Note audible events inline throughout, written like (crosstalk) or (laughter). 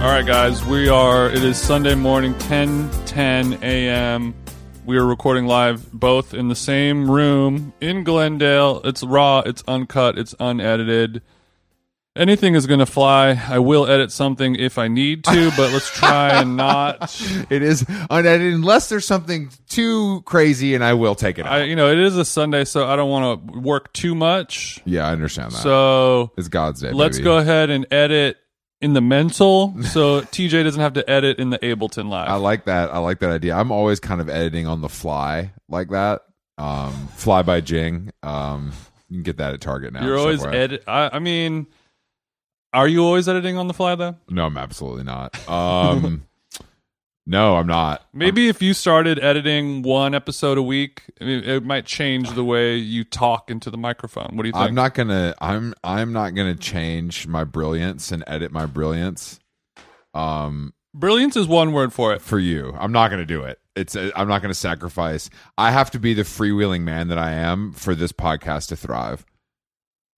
right, guys, we are. It is Sunday morning, 10 10 a.m. We are recording live both in the same room in Glendale. It's raw, it's uncut, it's unedited. Anything is going to fly. I will edit something if I need to, but let's (laughs) try and not. It is unedited unless there's something too crazy, and I will take it out. I, you know, it is a Sunday, so I don't want to work too much. yeah, I understand that. So it's God's day. let's baby. go ahead and edit in the mental so TJ doesn't have to edit in the Ableton Live. I like that. I like that idea. I'm always kind of editing on the fly like that. Um, fly by Jing. Um, you can get that at Target now. You're so always far. edit. I, I mean, are you always editing on the fly though? No, I'm absolutely not. Um, (laughs) no, I'm not. Maybe if you started editing one episode a week, I mean, it might change the way you talk into the microphone. What do you think? I'm not gonna. I'm. I'm not gonna change my brilliance and edit my brilliance. Um, Brilliance is one word for it. for you. I'm not going to do it. It's uh, I'm not going to sacrifice. I have to be the freewheeling man that I am for this podcast to thrive.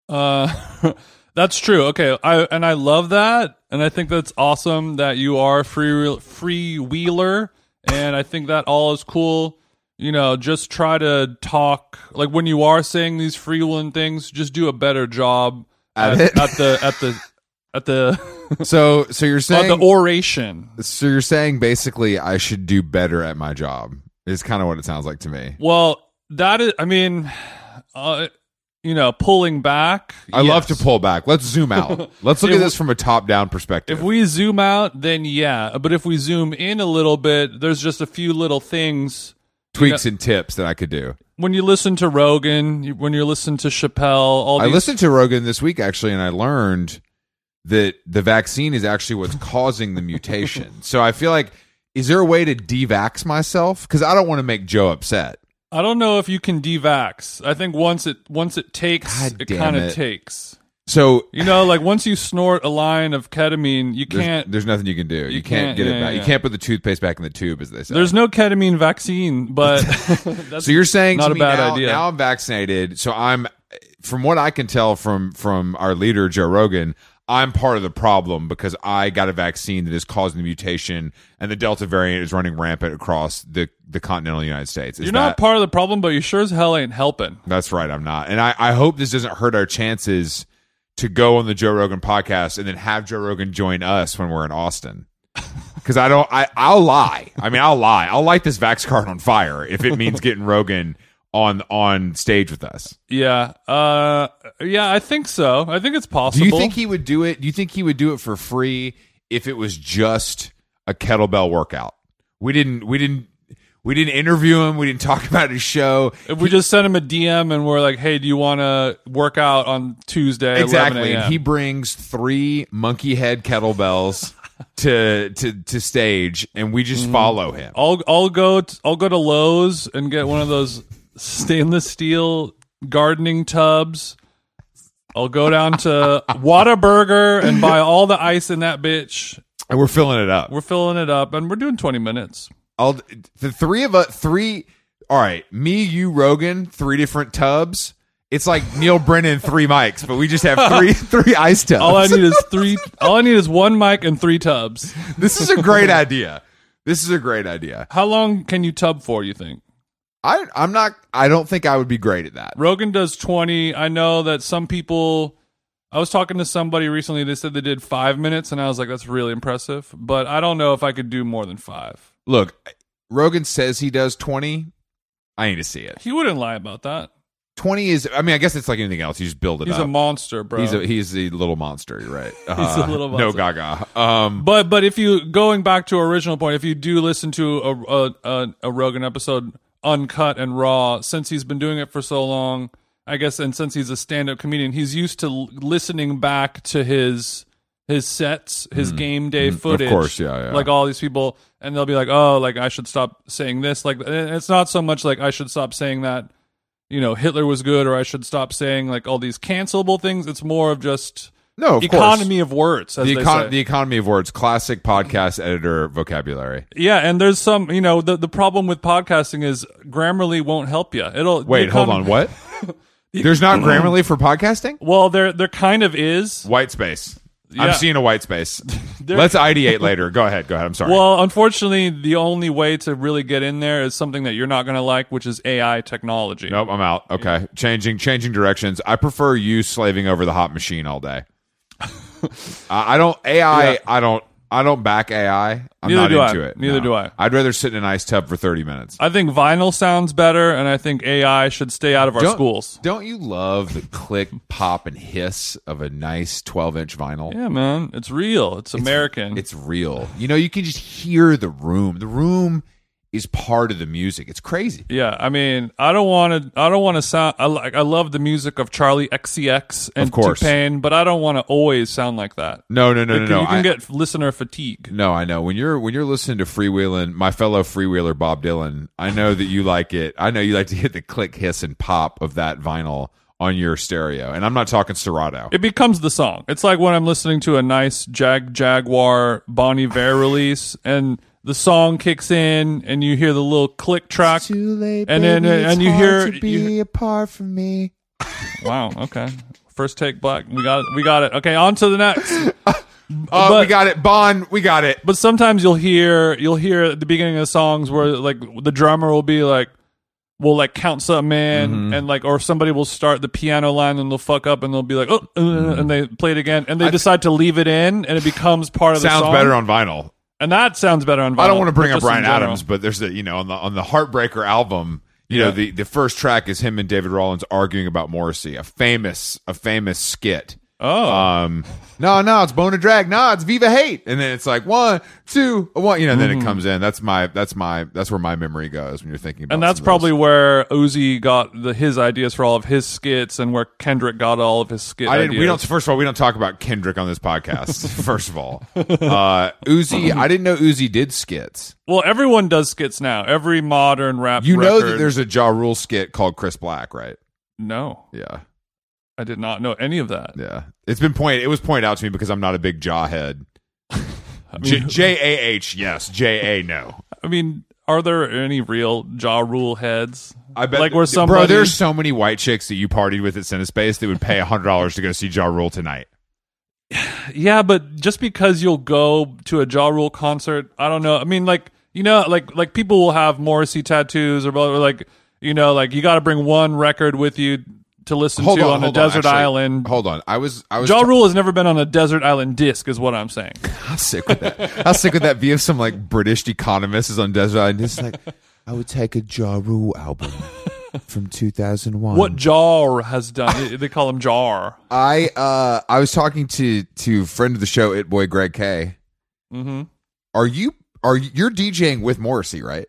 Uh, (laughs) that's true. Okay, I and I love that, and I think that's awesome that you are a free free wheeler, and I think that all is cool. You know, just try to talk like when you are saying these freewheeling things, just do a better job At at, it. at the at the at the (laughs) So so you're at the saying oration. so you're saying basically I should do better at my job. Is kind of what it sounds like to me. Well, that is, I mean, uh, you know, pulling back. I love to yes. pull back. Let's zoom out. (laughs) Let's look If at this from a top down perspective. If we zoom out, then yeah. But if we zoom in a little bit, there's just a few little things. Tweaks and tips that I could do. When you listen to Rogan, you- when you listen to Chappelle, all I these. listened to Rogan this week actually, and I learned that the vaccine is actually what's causing the mutation. (laughs) So I feel like, is there a way to devax myself? Because I don't want to make Joe upset. I don't know if you can devax. I think once it once it takes, God it damn kind of it. takes. So You know, like once you snort a line of ketamine, you there's, can't. there's nothing you can do. You, can't, can't- get yeah, it back. yeah. You can't put the toothpaste back in the tube, as they say. There's no ketamine vaccine, (laughs) but that's so you're saying not to a me bad now, idea. now I'm vaccinated. So I'm, from what I can tell from from our leader Joe Rogan, I'm part of the problem because I got a vaccine that is causing the mutation, and the Delta variant is running rampant across the the continental United States. Is you're that, not part of the problem, but you sure as hell ain't helping. That's right. I'm not. And I, I hope this doesn't hurt our chances to go on the Joe Rogan podcast and then have Joe Rogan join us when we're in Austin. Because I don't, I, I'll lie. I mean, I'll lie. I'll light this Vax card on fire if it means getting Rogan on on stage with us. Yeah, uh, yeah, I think so. I think it's possible. Do you think he would do it? Do you think he would do it for free if it was just a kettlebell workout? We didn't, we didn't, we didn't interview him. We didn't talk (laughs) about his show. If we just send him a DM and we're like, "Hey, do you want to work out on Tuesday?" at 11 Exactly. a.m.? And he brings three monkey head kettlebells (laughs) to to to stage and we Mm-hmm. just follow him. I'll I'll go t- I'll go to Lowe's and get one of those stainless steel gardening tubs. I'll go down (laughs) to Whataburger and buy all the ice in that bitch. And we're filling it up. We're filling it up and we're doing 20 minutes. I'll the three of us three all right, me, you, Rogan, three different tubs. It's like Neil Brennan three mics, but we just have (laughs) three three ice tubs. All I need is three all I need is one mic and three tubs. (laughs) this is a great idea. This is a great idea. How long can you tub for, you think? I I'm not I don't think I would be great at that. Rogan does 20. I know that some people. I was talking to somebody recently. They said they did five minutes, and I was like, that's really impressive. But I don't know if I could do more than five. Look, Rogan says he does 20. I need to see it. He wouldn't lie about that. 20 is I mean, I guess it's like anything else. You just build it He's up. a monster, bro. He's a he's the little monster, (laughs) you're right? Uh-huh. a little No monster. Gaga. Um, but but if you going back to our original point, if you do listen to a a, a, a Rogan episode uncut and raw, since he's been doing it for so long, I guess, and since he's a stand up comedian, he's used to l- listening back to his his sets, his game day footage. Mm-hmm. course, yeah, yeah. Like all these people, and they'll be like, oh, like I should stop saying this. Like and it's not so much like I should stop saying that. You know, Hitler was good, or I should stop saying like all these cancelable things. It's more of just no, of economy of words. As course. The, they econ- say. the economy of words, classic podcast editor vocabulary. Yeah, and there's some, you know, the, the problem with podcasting is Grammarly won't help you. It'll Wait, you hold come- (laughs) on. What? (clears throat) There's not Grammarly for podcasting? Well, there there kind of is. White space. yeah. I'm seeing a white space. (laughs) There- Let's ideate later. Go ahead. Go ahead. I'm sorry. Well, unfortunately, the only way to really get in there is something that you're not going to like, which is AI technology. nope. I'm out. Okay. Changing changing directions. I prefer you slaving over the hot machine (laughs) all day. I I don't AI. Yeah. I don't. I don't back AI. I'm Neither not do I. into it. Neither do I. I'd rather sit in an ice tub for 30 minutes. I think vinyl sounds better, and I think AI should stay out of our Don't- schools. Don't you love the click, pop, and hiss of a nice 12 inch vinyl? Yeah, man, it's real. It's, American. It's real. You know, you can just hear the room. The room is part of the music. It's crazy. yeah, I mean, I don't want to. I don't want to sound. I like. I love the music of Charlie XCX and Of course. T-Pain, but I don't want to always sound like that. No, no, no, no, Like, no. you can I, get listener fatigue. no, I know. When you're when you're listening to freewheeling, my fellow freewheeler Bob Dylan, I know that you like it. I know you like to hit the click, hiss, and pop of that vinyl on your stereo. And I'm not talking Serato. It becomes the song. It's like when I'm listening to a nice Jag Jaguar Bonnie Vare release, and the song kicks in, and you hear the little click track. late, And then- baby. and It's you hard hear- to be you- apart from me. Wow. Okay. First take black. We got it. We got it. Okay. On to the next. Oh, we But- got it, Bond. We got it. But sometimes you'll hear you'll hear at the beginning of the songs where like the drummer will be like will like count something in Mm-hmm. and like or somebody will start the piano line and they'll fuck up and they'll be like oh uh," and they play it again and they decide to leave it in and it becomes part of the Sounds song. better on vinyl. and that sounds better on vinyl. I don't want to bring but up just in Brian general. Adams, but there's the you know on the on the Heartbreaker album, you Yeah. know the the first track is him and David Rollins arguing about Morrissey, a famous a famous skit. Oh. Um, no, no, it's Bone and Drag, no, it's Viva Hate, and then it's like one, two, one, you know, and then Mm-hmm. it comes in. That's my that's my that's where my memory goes when you're thinking about. and that's some of those. probably where Ozzy got the, his ideas for all of his skits, and where Kendrick got all of his skits. I didn't, we don't. First of all, we don't talk about Kendrick on this podcast. (laughs) first of all, uh, Uzi. I didn't know Uzi did skits. Well, everyone does skits now. Every modern rap. You know that record- there's a Ja Rule skit called Chris Black, right? no. Yeah. I did not know any of that. Yeah, it's been pointed. It was pointed out to me because I'm not a big (laughs) jaw head. mean- J A H, yes. J A, no. I mean, are there any real Jaw Rule heads? I bet. like where some somebody. bro, there's so many white chicks that you partied with at CineSpace that would pay hundred dollars to go see Jaw Rule tonight. yeah, but just because you'll go to a Jaw Rule concert, I don't know. I mean, like you know, like like people will have Morrissey tattoos or, blah- or like you know, like you got to bring one record with you to listen Hold to on, on, a hold on, desert actually. island. Hold on, I was I was Jaw Rule has never been on a desert island disc, is what I'm saying. (laughs) How sick would that? How sick would that be if some like British economist is on desert island? It's like I would take a Jaw Rule album (laughs) from 2001. What Jar has done, they call him Jar. I uh I was talking to to friend of the show, it boy Greg K. hmm Are you are you, you're DJing with Morrissey, right?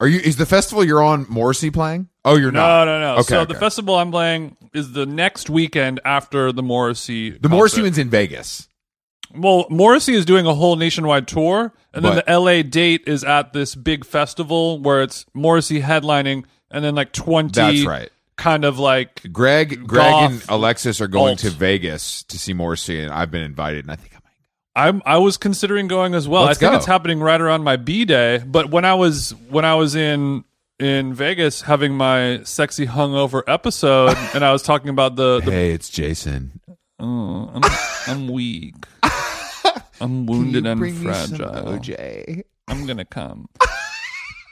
Are you is the festival you're on Morrissey playing? Oh, you're No, not. no, no. Okay, so the okay. festival I'm playing is the next weekend after the Morrissey. The Morrissey concert. one's in Vegas. Well, Morrissey is doing a whole nationwide tour, and then But- the LA date is at this big festival where it's Morrissey headlining, and then like twenty. That's right. Kind of like Greg, Greg, Goth, and Alexis are going alt. to Vegas to see Morrissey, and I've been invited, and I think I might. I'm. I was considering going as well. Let's I think go. it's happening right around my B day. But when I was when I was in in Vegas having my sexy hungover (laughs) episode, and I was talking about the, the Hey, it's Jason. Oh, I'm, I'm (laughs) weak. I'm wounded and uh, fragile. OJ. I'm gonna come. (laughs)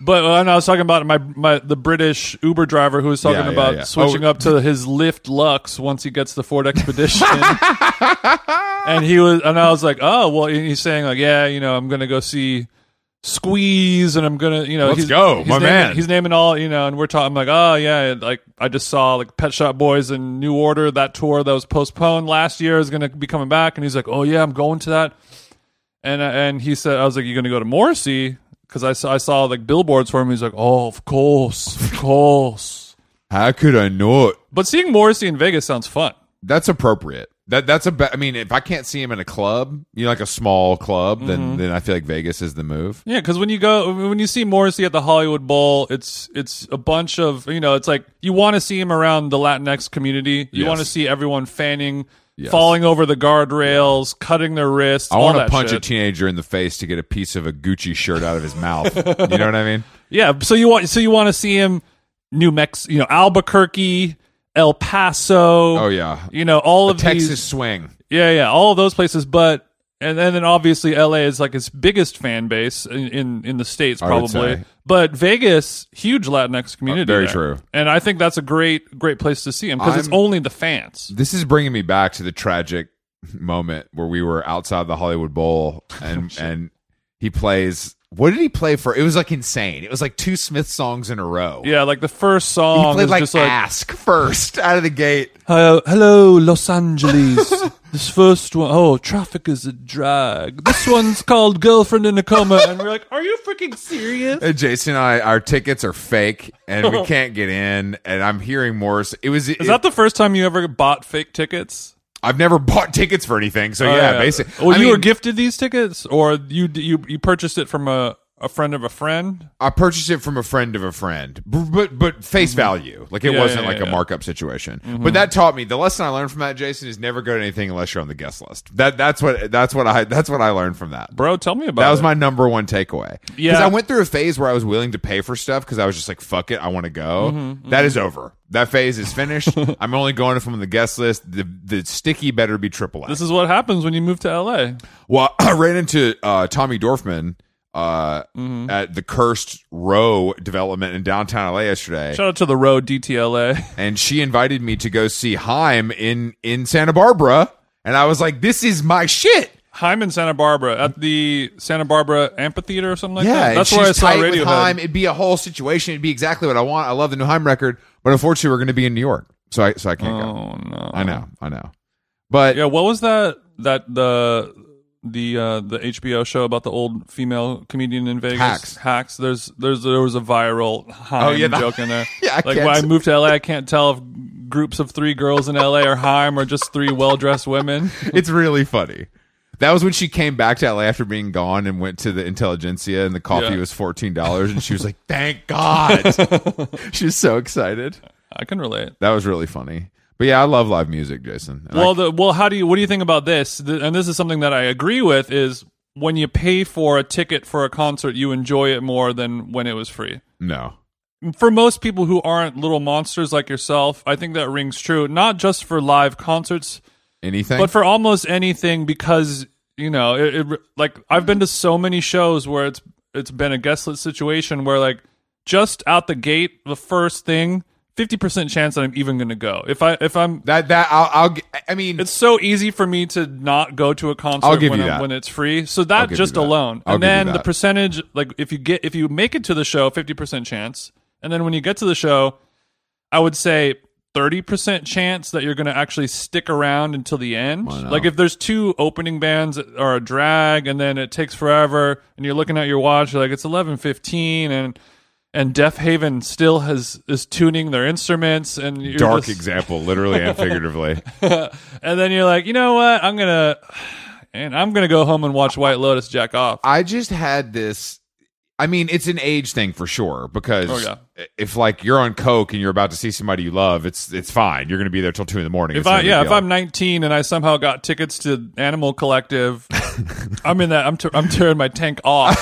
But when I was talking about my my the British Uber driver who was talking Yeah, yeah, about yeah. switching Oh, up to his Lyft Lux once he gets the Ford (laughs) Expedition, and he was and I was like, oh well, and he's saying like, yeah, you know, I'm gonna go see Squeeze, and I'm gonna you know, Let's he's, go, he's my naming- man. He's naming all you know, and we're talking like, oh yeah, and, like I just saw like Pet Shop Boys and New Order that tour that was postponed last year is gonna be coming back, and he's like, oh yeah, I'm going to that. And uh, and he said, I was like, "You going to go to Morrissey?" Because I saw I saw like billboards for him. He's like, "Oh, of course, of course." How could I not? But seeing Morrissey in Vegas sounds fun. That's appropriate. That that's a. Be- I mean, if I can't see him in a club, you know, like a small club, Mm-hmm. then then I feel like Vegas is the move. Yeah, because when you go when you see Morrissey at the Hollywood Bowl, it's it's a bunch of you know, it's like you want to see him around the Latinx community. You Yes. want to see everyone fanning, falling over the guardrails, cutting their wrists. I want want to to punch a teenager in the face to get a piece of a Gucci shirt out of his mouth. you know (laughs) what I mean? Yeah, so you want so you want to see him New Mexico, you know, Albuquerque, El Paso. Oh yeah, You know, all of Texas these. swing. Yeah, yeah, all of those places. But and, and then obviously LA is like its biggest fan base in in, in the states I would probably. say. Uh, But Vegas, huge Latinx community. very there. true. And I think that's a great great place to see him because it's I'm- only the fans. This is bringing me back to the tragic moment where we were outside the Hollywood (laughs) Bowl Oh, and and he plays. What did he play for? It was like insane. It was like two Smith songs in a row. Yeah, like the first he song played is like, just like Ask first out of the gate. hello, hello Los (laughs) Angeles. this first one, oh, traffic is a drag. This one's called Girlfriend in a Coma, and we're like, are you freaking serious? And Jason and I, our tickets are fake, and (laughs) we can't get in. And I'm hearing Morris. It was. Is that the first time you ever bought fake tickets? I've never bought tickets for anything, so Oh, yeah, basically. Well, I you were mean, gifted these tickets, or you you you purchased it from a, a friend of a friend. I purchased it from a friend of a friend, b- but but face value, like it Mm-hmm. Yeah, wasn't yeah, like yeah. Mm-hmm. a markup situation. But that taught me the lesson I learned from that. Jason is never go to anything unless you're on the guest list. That that's what that's what I that's what I learned from that. Bro, tell me about That was it. my number one takeaway. because Yeah. I went through a phase where I was willing to pay for stuff because I was just like, "Fuck it, I want to go." Mm-hmm, That is over. That phase (laughs) is finished. I'm only going if I'm on the guest list. The the sticky better be triple A. This is what happens when you move to LA. Well, (clears throat) I ran into uh, Tommy Dorfman uh, Mm-hmm. at the Cursed Row development in downtown LA yesterday, Shout out to the road (laughs) DTLA. and she invited me to go see Heim in in Santa Barbara, and I was like, "This is my shit." I'm in Santa Barbara at the Santa Barbara Amphitheater or something like Yeah, that. and That's where I she's saw tight with Heim. Radiohead. It'd be a whole situation. It'd be exactly what I want. I love the new Heim record, but unfortunately, we're going to be in New York, so I so I can't go. Oh no! I know, I know, but Yeah, what was that? That the the uh, the HBO show about the old female comedian in Vegas Hacks. Hacks. There's there's there was a viral Haim Oh, yeah, the- joke in there. (laughs) Yeah, I like can't when I s- moved to LA, I can't tell if groups of three girls in LA are Haim or just three well dressed women. it's really funny. That was when she came back to LA after being gone and went to the intelligentsia and the coffee Yeah. was fourteen dollars and she was like, Thank God. (laughs) she was so excited. I can relate. That was really funny. But yeah, I love live music, Jason. And I- Well, the, well, how do you? What do you think about this? Th- And this is something that I agree with: is when you pay for a ticket for a concert, you enjoy it more than when it was free. no. for most people who aren't little monsters like yourself, I think that rings true. Not just for live concerts, Anything? but for almost anything because you know, it, it like I've been to so many shows where it's it's been a guest list situation where like just out the gate, the first thing, fifty percent chance that I'm even going to go. If I if I'm, that that I'll, I'll gi I mean it's so easy for me to not go to a concert I'll give when you I'm- that. when it's free. So that give just you that. alone, I'll and give you then the that. percentage, like if you get if you make it to the show, fifty percent chance, and then when you get to the show, I would say thirty percent chance that you're going to actually stick around until the end. no. Like if there's two opening bands or a drag, and then it takes forever, and you're looking at your watch, you're like it's eleven fifteen, and and Def Haven still has is tuning their instruments, and you're dark just- example, literally (laughs) and figuratively. and then you're like, you know what? I'm gonna and I'm gonna go home and watch White Lotus jack off. I just had this. I mean, it's an age thing for sure because Oh, yeah. if like you're on coke and you're about to see somebody you love, it's it's fine. You're going to be there till two in the morning. If It's no I big yeah, if deal. I'm 19 and I somehow got tickets to Animal (laughs) Collective, I'm in that. I'm t- I'm tearing my tank off.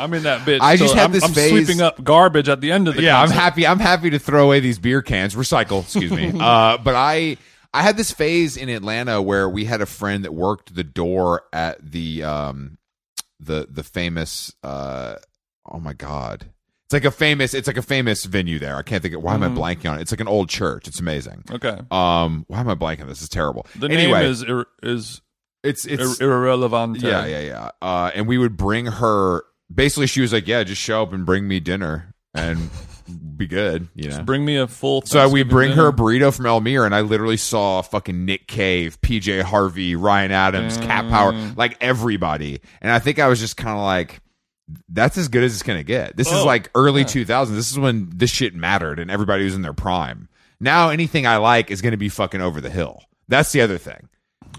I'm in that bitch. I just till- had I'm, this I'm phase- sweeping up garbage at the end of the yeah i'm concert. happy i'm happy to throw away these beer cans recycle excuse (laughs) me uh but i i had this phase in atlanta where we had a friend that worked the door at the um the the famous uh oh my god it's like a famous it's like a famous venue there i can't think of why Mm-hmm. am i blanking on it it's like an old church it's amazing okay. um why am i blanking this is terrible The anyway name is ir- is it's it's ir- irrelevant. yeah, yeah, yeah. Uh, and we would bring her. Basically, she was like, "Yeah, just show up and bring me dinner and be good." You know. Bring me a full. So we Thanksgiving bring her dinner. a burrito from Elmira, and I literally saw fucking Nick Cave, PJ Harvey, Ryan Adams, Cat Power, like everybody. And I think I was just kind of like, "That's as good as it's gonna get." This Oh, is like early two thousands. This is when this shit mattered, and everybody was in their prime. Now anything I like is gonna be fucking over the hill. That's the other thing.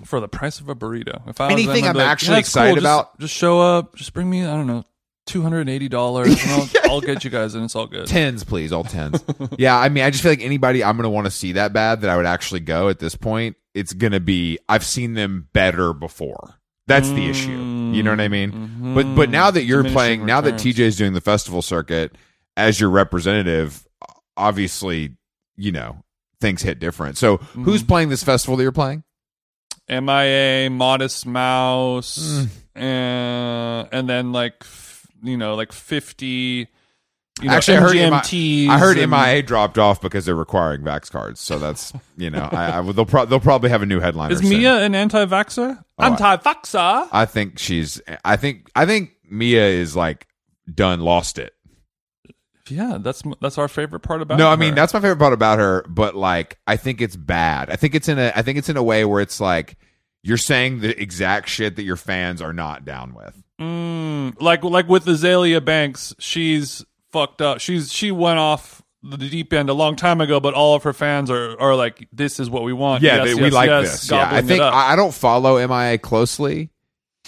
for the price of a burrito. If I was them, Anything I'd I'm be like, actually that's cool. excited Just- about- just show up. Just bring me, I don't know, two hundred and eighty dollars, and I'll, (laughs) I'll get you guys, and it's all good. tens please all tens yeah i mean i just feel like anybody i'm gonna want to see that bad that i would actually go at this point it's gonna be i've seen them better before that's the issue you know what i mean but but now that you're Mm-hmm. Mm, Diminishing playing now that returns. tj's doing the festival circuit as your representative obviously you know things hit different. So Mm-hmm. who's playing this festival that you're playing? MIA, Modest Mouse, Mm. uh, and then like f- you know like fifty. You know, Actually, I heard MI MGMTs I heard and- MIA dropped off because they're requiring vax cards. So (laughs) that's you know I, I they'll pro- they'll probably have a new headliner. Is soon. Mia an anti-vaxer? I- Anti-vaxer. I think she's. I think. I think Mia is like done. Lost it. yeah, that's m- that's our favorite part about. no, I mean her. that's my favorite part about her. But like, I think it's bad. I think it's in a. I think it's in a way where it's like you're saying the exact shit that your fans are not down with. Mm, like like with Azalea Banks, she's fucked up. She's she went off the deep end a long time ago, but all of her fans are are like, this is what we want. Yeah, Yes, they- we yes, like yes, this. Yeah, I gobbling it think up. I, I don't follow MIA closely,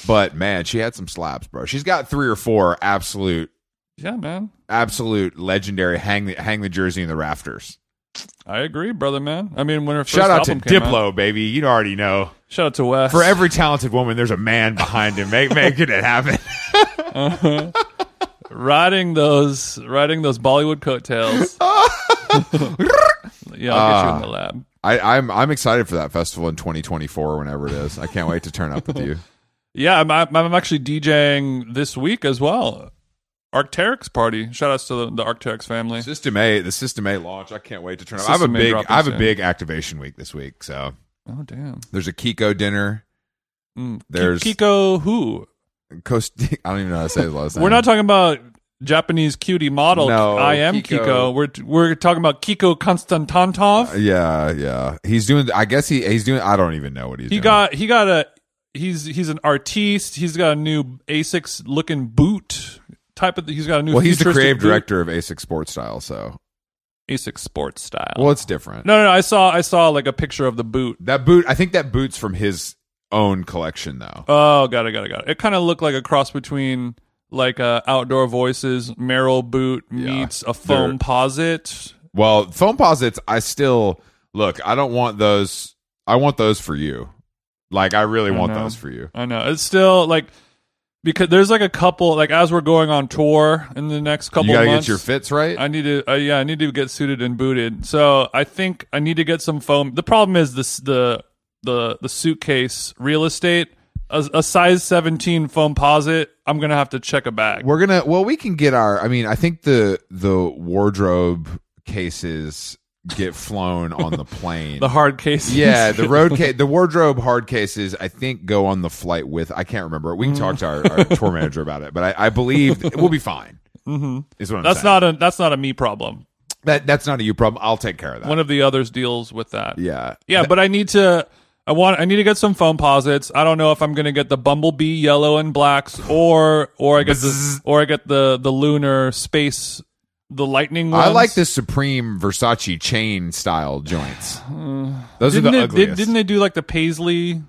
but man, she had some slaps, bro. She's got three or four absolute, yeah, man, absolute legendary hang the hang the jersey in the rafters. I agree, brother, man. I mean, when her first Shout out to album came out- Diplo, baby. You already know. shout out to Wes For every talented woman, there's a man behind him make, making it happen. riding those riding those Bollywood (laughs) coattails. yeah, I'll get Ah. you in the lab. I, I'm I'm excited for that festival in 2024, whenever it is. I can't wait to turn up with you. Yeah, I'm, I'm I'm actually DJing this week as well. Arcteryx party. Shout outs to the, the Arcteryx family. (laughs) System A, the System A launch. I can't wait to turn up. I have a System A big drop I have a is in. big activation week this week. So Oh damn. there's a Kiko dinner. Mm. Ki- There's- Kiko who? Coast. (laughs) I don't even know how to say his last name. We're not talking about Japanese cutie model. No, I am Kiko. Uh, Kiko. We're we're talking about Kiko Konstantantov. Yeah, yeah. He's doing. I guess he he's doing. I don't even know what he's. he doing. got he got a he's he's an artiste. He's got a new Asics looking boot type of. He's got a new. Well, he's the futuristic creative boot. director of Asics Sports Style. So Asics sports style. well, it's different. no, no, no. I saw I saw like a picture of the boot. That boot. I think that boot's from his own collection, though. Oh, got it, got it, got it. It kind of looked like a cross between like uh, outdoor voices, Merrill boot meets a foam posit. Well, foam posits. I still look. I don't want those. I want those for you. Like I really I want know. those for you. I know. It's still like because there's like a couple like as we're going on tour in the next couple you gotta months. get your fits right. I need to uh, yeah, I need to get suited and booted. So, I think I need to get some foam. The problem is this the the the suitcase real estate a, a size 17 foam posit. I'm going to have to check a bag. We're gonna. Well, we can get our. I mean, I think the the wardrobe cases get flown on (laughs) the plane. The hard case. Yeah, the road ca- the wardrobe hard cases, I think, go on the flight with. I can't remember. We can talk to our, our tour manager about it, but I, I believe th- we'll be fine. Mm-hmm. Is what (laughs) I'm that's saying. not a that's not a me problem. that that's not a you problem. I'll take care of that. One of the others deals with that. yeah, Yeah, but I need to. I want. I need to get some foam posits. I don't know if I'm going to get the bumblebee yellow and blacks, or or I get the or I get the the lunar space, the lightning. Ones. I like the Supreme Versace chain (sighs) style joints. Those Didn't are the they, ugliest. did, not they do like the paisley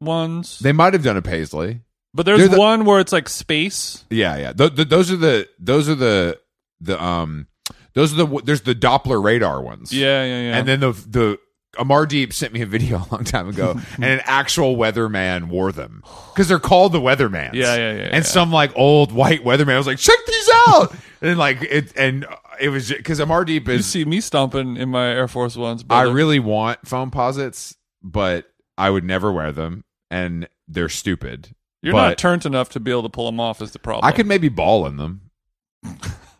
ones? They might have done a paisley. but there's they're the- one where it's like space. Yeah, yeah. Th- th- those are the those are the the um those are the w- there's the Doppler radar ones. Yeah, yeah, yeah. And then the the Amardeep sent me a video (laughs) a long time ago, (laughs) and an actual weatherman wore them because they're called the weathermans. Yeah, yeah, yeah, And yeah. some like old white weatherman was like, check these out, (laughs) and like it, and it was because Amardeep you is. see me stomping in my Air Force ones. I brother. really want foam posits, but I would never wear them, and they're stupid. You're but not turned enough to be able to pull them off. Is the problem? I could maybe ball (laughs) in them.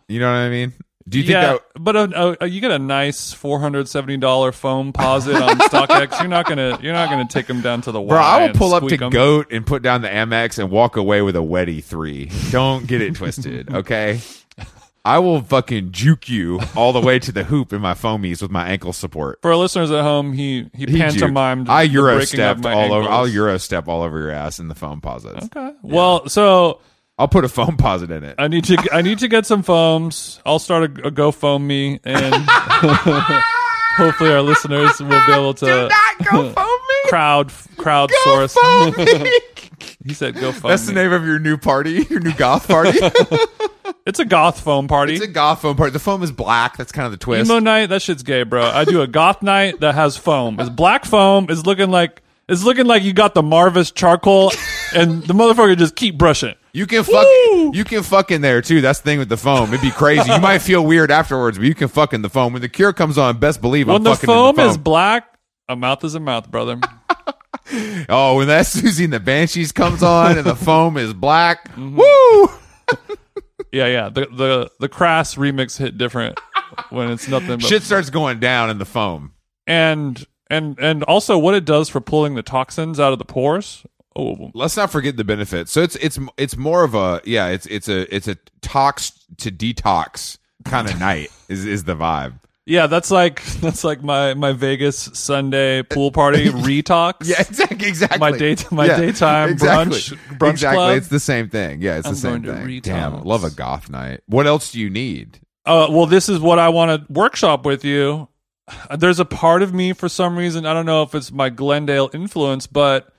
You know what I mean? Do you think yeah, that? but uh, uh, you get a nice four hundred seventy dollar foam posit on (laughs) StockX. You're not gonna you're not gonna take them down to the Bro, I will pull up to go. goat and put down the Amex and walk away with a weddy three. Don't get it (laughs) twisted, okay? I will fucking juke you all the way to the hoop in my foamies with my ankle support. For our listeners at home, he he, He juked. pantomimed. I the euro breaking of stepped my all over. I'll ankles. euro step all over your ass in the foam posits. Okay. Well, so I'll put a foam posit (laughs) in it. Ah, I need to I need to get some foams. I'll start a, a GoFoam me, and (laughs) hopefully our listeners will be able to go foam me. crowd crowdsource. (laughs) he said GoFoam. That's the name of your new party, (laughs) your new goth (laughs) party. It's a goth foam party. it's a goth foam party. The foam is black. That's kind of the twist. Emo night, that shit's gay, bro. I do a goth night that has foam. It's black foam. It's looking like it's looking like you got the Marvis charcoal and the motherfucker just keep brushing. You can fuck. Woo! You can fuck in there too. That's the thing with the foam. It'd be crazy. you might feel weird afterwards, but you can fuck in the foam. When the cure comes on, best believe When I'm the fucking foam, in the is foam. black, a mouth is a mouth, brother. oh, when that (laughs) Susie and the Banshees comes on and the foam (laughs) is black. Mm-hmm. Woo! yeah, yeah. The the the crass remix hit different when it's nothing but Shit starts going down in the foam. and and and also what it does for pulling the toxins out of the pores. Oh, Let's not forget the benefits. So it's it's it's more of a yeah. It's it's a it's a tox to detox kind of night is is the vibe. yeah. That's like (laughs) that's like my my Vegas Sunday pool party retox. (laughs) Yeah, exactly. Exactly. My day- my daytime brunch- brunch Exactly. club. It's the same thing. Yeah, it's I'm the same going to thing. Damn, retox. love a goth night. What else do you need? uh, well, this is what I want to workshop with you. There's a part of me for some reason. I don't know if it's my Glendale influence, but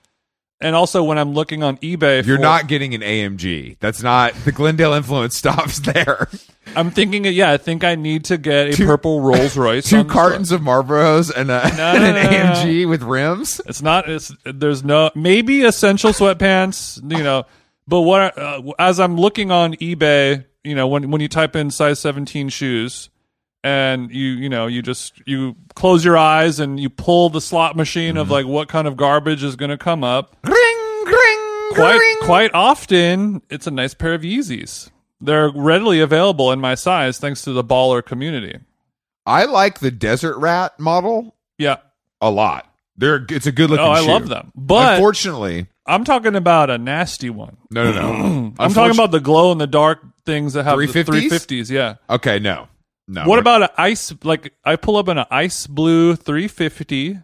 and also when I'm looking on eBay, You're for- not getting an AMG. That's not the Glendale influence (laughs) stops there. I'm thinking. Yeah, I think I need to get a purple Rolls Royce. (laughs) Two on the cartons of Marlboros and, No, a, (laughs) and an no, no, no. AMG with rims. It's not. It's there's no maybe essential sweatpants. You know, but what uh, as I'm looking on eBay, you know, when when you type in size 17 shoes, and you you know you just you close your eyes and you pull the slot machine of like what kind of garbage is going to come up. Ring, ring, Quite ring. quite often, it's a nice pair of Yeezys. They're readily available in my size thanks to the baller community. I like the desert rat model Yeah. a lot. They're it's a good Oh, looking. I shoe. love them. But Unfortunately, I'm talking about a nasty one. no, no, no. (clears throat) I'm talking about the glow in the dark things that have 350s? the 350s. Yeah. Okay, no, no. what about an ice? Like I pull up in an ice blue 350.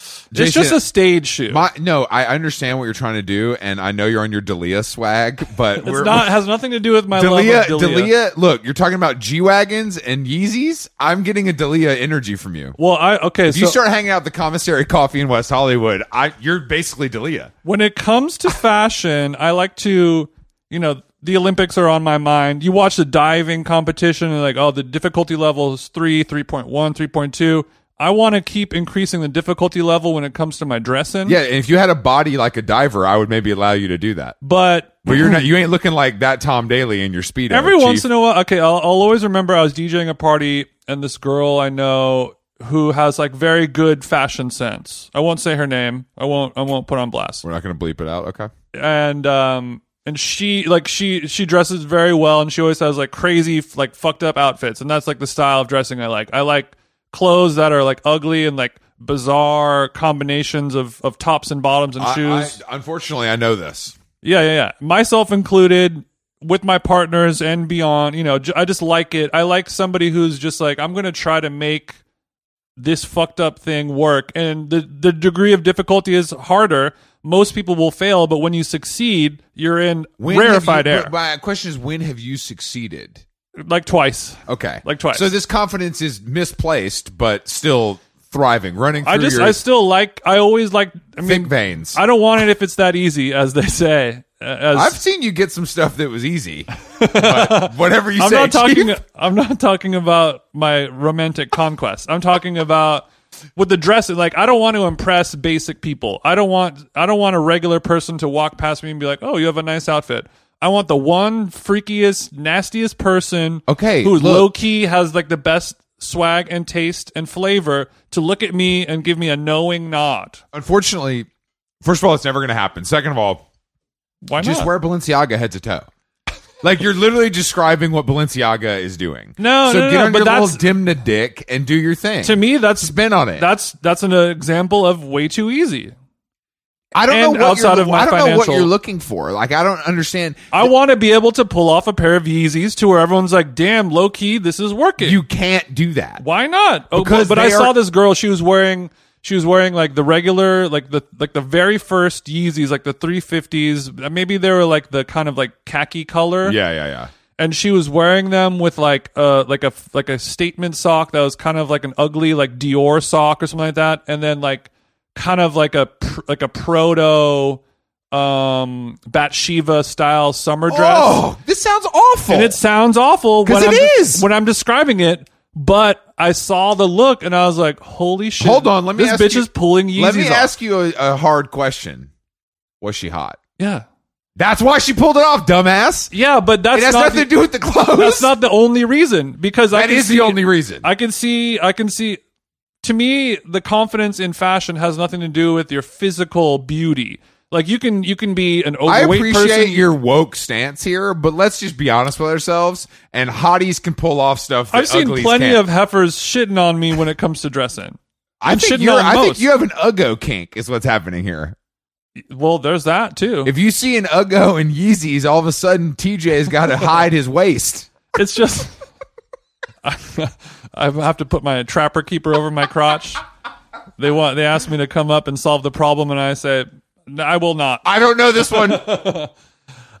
it's Jason, just a stage shoe. My, no, I understand what you're trying to do, and I know you're on your Dalia swag, but it's not has nothing to do with my Dalia, love of Dalia. Dalia. Look, you're talking about G wagons and Yeezys. I'm getting a Dalia energy from you. Well, I okay. If you So start hanging out at the commissary coffee in West Hollywood, I, you're basically Dalia. when it comes to fashion, I like to, you know, the Olympics are on my mind. You watch the diving competition and like, oh, the difficulty level is three, 3.1, 3.2. I want to keep increasing the difficulty level when it comes to my dressing. Yeah, and if you had a body like a diver, I would maybe allow you to do that. But But you're not. You ain't looking like that Tom Daly in your speedo. Every once in chief. a while, okay, I'll, I'll always remember I was DJing a party and this girl I know who has like very good fashion sense. I won't say her name. I won't. I won't put on blast. We're not going to bleep it out. Okay. And um, and she like she she dresses very well, and she always has like crazy f- like fucked up outfits, and that's like the style of dressing I like. I like clothes that are like ugly and like bizarre combinations of of tops and bottoms and I, shoes. I, unfortunately, I know this. Yeah, yeah, yeah. Myself included, with my partners and beyond. You know, j- I just like it. I like somebody who's just like, I'm going to try to make this fucked up thing work. And the, the degree of difficulty is harder. Most people will fail, but when you succeed, you're in have rarefied you- air. but My question is, when have you succeeded? like twice. Okay, Like twice. So this confidence is misplaced, but still thriving, running through I just, your I still like, I always like, I thick mean, veins. I don't want it if it's that easy, as they say. Uh, As, I've seen you get some stuff that (laughs) was easy. But whatever you I'm say, not talking. Chief. (laughs) I'm not talking about my romantic conquest. I'm talking about with the dress. Like I don't want to impress basic people. I don't want. I don't want a regular person to walk past me and be like, "Oh, you have a nice outfit." I want the one freakiest, nastiest person. Okay, who look. low key has like the best swag and taste and flavor to look at me and give me a knowing nod. Unfortunately, first of all, it's never going to happen. Second of all, Why just not? wear Balenciaga head to toe. Like you're literally describing what Balenciaga is doing. No, so no, no, get no, on but your little that's- Dimna dick and do your thing. to me, that's spin on it. that's that's an example of way too easy. I don't know and what you're- outside of my I don't know what financial- you're looking for. Like I don't understand. I want to be able to pull off a pair of Yeezys to where everyone's like, "Damn, low key, this is working." You can't do that. Why not? Oh, Because but, but I they are- saw this girl. She was wearing she was wearing like the regular, like the like the very first Yeezys, like the three fifties. Maybe they were like the kind of like khaki color. Yeah, yeah, yeah. And she was wearing them with like a like a like a statement sock that was kind of like an ugly like Dior sock or something like that, and then like kind of like a pr- like a proto um Batshiva style summer dress. Oh, this sounds awful. And it sounds awful when 'Cause it I'm de- is. when I'm describing it. But I saw the look and I was like, "Holy shit!" Hold on, let me This ask bitch you- is pulling Yeezys Let me off. ask you a, a hard question. Was she hot? Yeah. That's why she pulled it off, dumbass. Yeah, but that's It has not nothing the, to do with the clothes. that's not the only reason because I (laughs) That can is see- the only reason. I can see I can see to me the confidence in fashion has nothing to do with your physical beauty. Like you can you can be an I overweight appreciate person. your woke stance here, but let's just be honest with ourselves. And hotties can pull off stuff. That I've seen uglies plenty can't. of heifers shitting on me when it comes to dressing. I I'm think shitting on you're, I think most. you have an Uggo kink, is what's happening here. Well, there's that too. If you see an Uggo and Yeezys, all of a sudden TJ's got to (laughs) hide his waist. it's just (laughs) I have to put my trapper keeper over my crotch. They want they ask me to come up and solve the problem, and I say "No, I will not. I don't know this (laughs) one.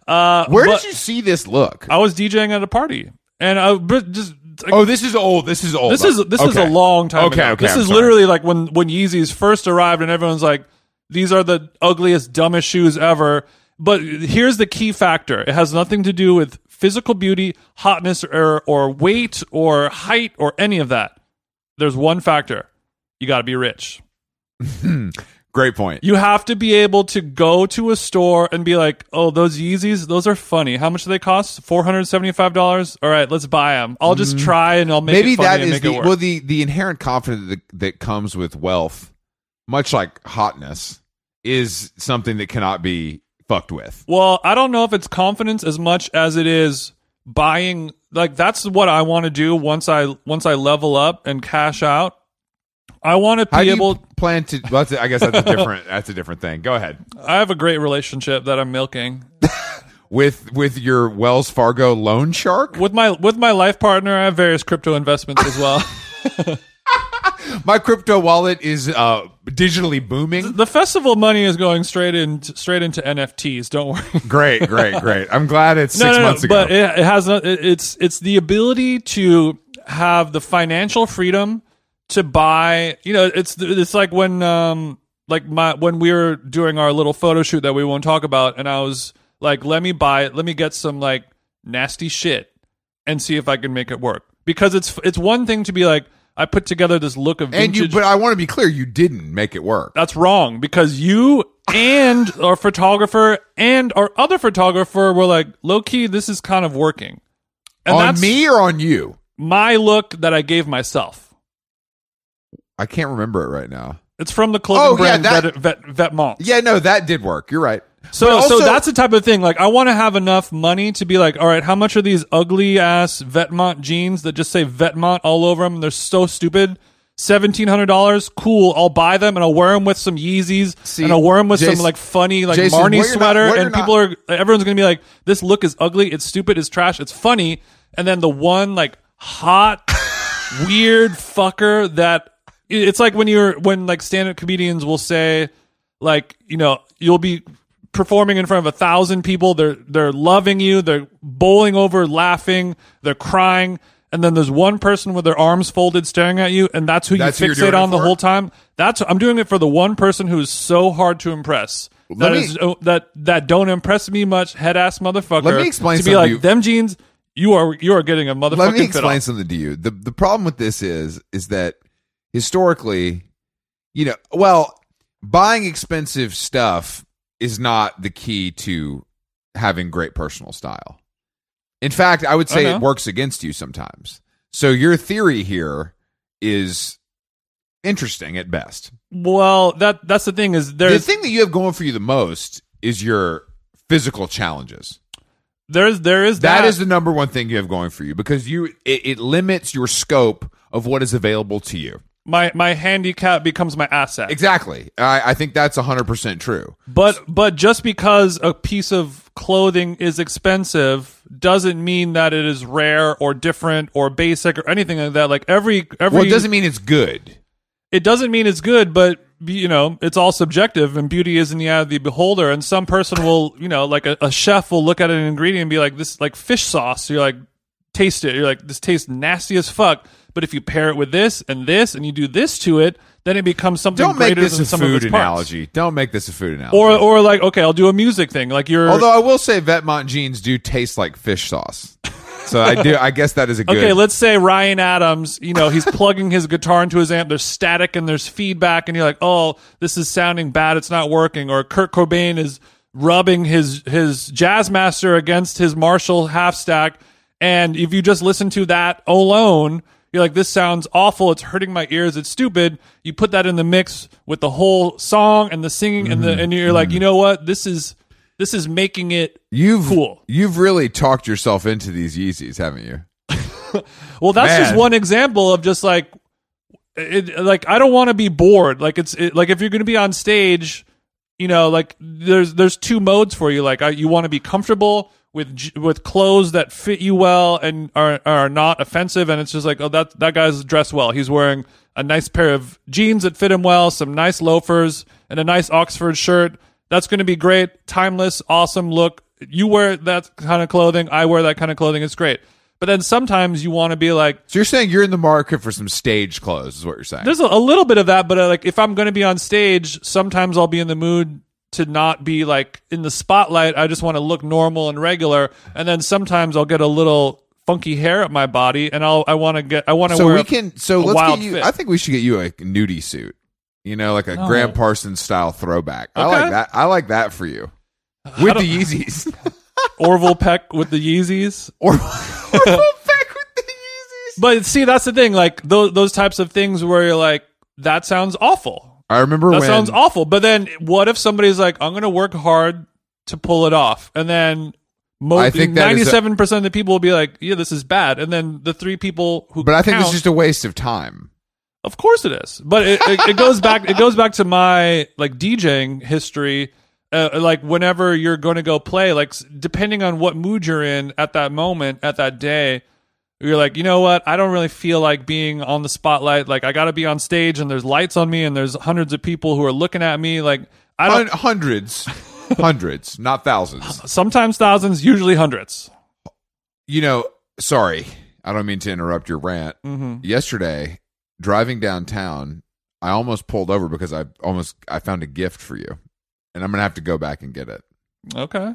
Where but- did you see this look? I was DJing at a party, and I but just oh, this is old. This is old. This is this is a Okay. long time. Okay, ago. okay. This I'm is sorry. literally like when when Yeezys first arrived, and everyone's like, "These are the ugliest, dumbest shoes ever." But here's the key factor: it has nothing to do with physical beauty, hotness, or or weight, or height, or any of that. There's one factor: you got to be rich. great point. You have to be able to go to a store and be like, "Oh, those Yeezys, those are funny. How much do they cost? Four hundred seventy-five dollars. All right, let's buy them. I'll just try and I'll make Mm-hmm. Maybe it funny that and is make the it work." well the the inherent confidence that, that comes with wealth, much like hotness, is something that cannot be fucked with. Well, I don't know if it's confidence as much as it is buying like that's what I want to do once I once I level up and cash out. I want to How be do able you plan to? Well, that's, a- I guess that's a (laughs) different. that's a different thing. Go ahead I have a great relationship that I'm milking. with with your Wells Fargo loan shark. With my with my life partner, I have various crypto investments as (laughs) well. My crypto wallet is uh, digitally booming. the festival money is going straight in straight into NFTs, don't worry. (laughs) Great, great, great. I'm glad it's six months ago. But it, it has no, it, it's it's the ability to have the financial freedom to buy. You know, it's it's like when um like my when we were doing our little photo shoot that we won't talk about, and I was like, let me buy it, let me get some like nasty shit and see if I can make it work because it's it's one thing to be like I put together this look of and vintage. you, but I want to be clear. You didn't make it work. That's wrong because you and our photographer and our other photographer were like, low key, this is kind of working. And on that's me or on you? my look that I gave myself. I can't remember it right now. It's from the clothing Oh, yeah, brand that- Vet, Vet, Vetements. Yeah, no, that did work. You're right. So, But also- so that's the type of thing. Like, I want to have enough money to be like, all right, how much are these ugly ass Vetmont jeans that just say Vetmont all over them? They're so stupid. Seventeen hundred dollars, cool. I'll buy them and I'll wear them with some Yeezys See, and I'll wear them with Jason- some like funny like Jason, Marnie what you're not- sweater. what you're and people are everyone's gonna be like, this look is ugly. It's stupid. It's trash. It's funny. And then the one like hot, weird fucker that it's like when you're when like stand-up comedians will say like you know you'll be performing in front of a thousand people they're they're loving you they're bowling over laughing they're crying and then there's one person with their arms folded staring at you and that's who That's who you you're doing fixate it on the for? whole time that's i'm doing it for the one person who is so hard to impress Let That me- is oh, that that don't impress me much head ass motherfucker Let me explain to be something like to you. them jeans you are you are getting a motherfucking Let me fit off. explain something to you. The the problem with this is is that historically, you know, well, buying expensive stuff is not the key to having great personal style. In fact, I would say I know. it works against you sometimes. So your theory here is interesting at best. well that that's the thing is there's the thing that you have going for you the most is your physical challenges. there's there is that, That is the number one thing you have going for you because you it, it limits your scope of what is available to you. my my handicap becomes my asset. Exactly. I, I think that's 100% true. But but just because a piece of clothing is expensive doesn't mean that it is rare or different or basic or anything like that. Like every every Well, it doesn't mean it's good. it doesn't mean it's good, but you know it's all subjective and beauty is in the eye of the beholder. And some person will you know like a, a chef will look at an ingredient and be like this like fish sauce. You're like taste it. You're like this tastes nasty as fuck. But if you pair it with this and this and you do this to it, then it becomes something Don't make greater this than a some of food its parts. analogy. Don't make this a food analogy. or or like okay i'll do a music thing like you're Although I will say Vetmont jeans do taste like fish sauce. So I do I guess that is a (laughs) good. okay let's say ryan adams you know he's plugging his guitar into his amp there's static and there's feedback and you're like oh this is sounding bad it's not working or kurt cobain is rubbing his his Jazzmaster against his Marshall half stack. And if you just listen to that alone, you're like, this sounds awful. It's hurting my ears. It's stupid. You put that in the mix with the whole song and the singing, and the and you're like, you know what? This is this is making it You've Cool. You've really talked yourself into these Yeezys, haven't you? Well, that's just Man. one example of just like, it, like I don't want to be bored. Like it's it, like if you're going to be on stage, you know, like there's there's two modes for you. Like I, you want to be comfortable with j- with clothes that fit you well and are are not offensive, and it's just like oh that that guy's dressed well. He's wearing a nice pair of jeans that fit him well, some nice loafers, and a nice Oxford shirt. That's going to be great, timeless, awesome look. You wear that kind of clothing. I wear that kind of clothing. It's great. But then sometimes you want to be like, So you're saying you're in the market for some stage clothes, is what you're saying? there's a, a little bit of that, but uh, like if I'm going to be on stage, sometimes I'll be in the mood to not be like in the spotlight. I just want to look normal and regular. And then sometimes I'll get a little funky hair at my body, and I'll I want to get I want to so wear. we a- can. So a let's wild get you. fit. I think we should get you a nudie suit. You know, like a Graham Parsons style throwback. I Okay. like that. I like that for you. With (laughs) the Yeezys. (laughs) Orville Peck with the Yeezys. (laughs) or, or full back with the Yeezys. But see, that's the thing. Like those those types of things where you're like, that sounds awful. I remember That when sounds awful. But then what if somebody's like, I'm going to work hard to pull it off? And then mo- I think that is a- 97% of the people will be like, yeah, this is bad. And then the three people who But I think it's count- just a waste of time. of course it is. But it, it, it goes back. It goes back to my like DJing history. Uh, like whenever you're going to go play, like s- depending on what mood you're in at that moment, at that day, you're like, you know what? I don't really feel like being on the spotlight. Like I got to be on stage, and there's lights on me, and there's hundreds of people who are looking at me. Like I Hun- don't. (laughs) hundreds, hundreds, not thousands. sometimes thousands, usually hundreds. You know, sorry, I don't mean to interrupt your rant. Mm-hmm. Yesterday, driving downtown, I almost pulled over because I almost I found a gift for you, and I'm gonna have to go back and get it. Okay.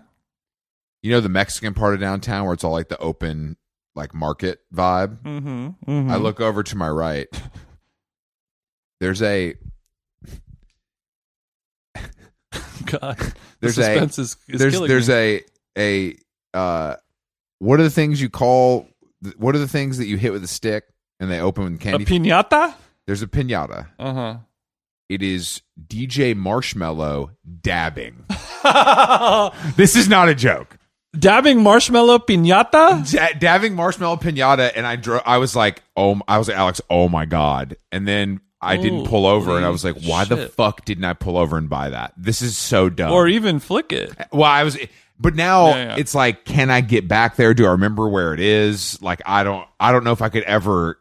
You know, the Mexican part of downtown where it's all like the open, like market vibe. Mm-hmm. I look over to my right. There's a God, the there's a suspense is, is there's killing there's me. a a uh what are the things you call what are the things that you hit with a stick and they open with a candy pinata. there's a piñata (laughs) Uh it is dj marshmallow dabbing huh. This is not a joke. Dabbing marshmallow pinata? da- dabbing marshmallow piñata and i dro- i was like oh m- i was like alex oh my god and then i didn't pull over and i was like why the Holy shit. fuck didn't i pull over and buy that this is so dumb Or even flick it. Well, I was, but now Yeah, yeah. it's like, can I get back there? Do I remember where it is? Like, I don't, I don't know if I could ever.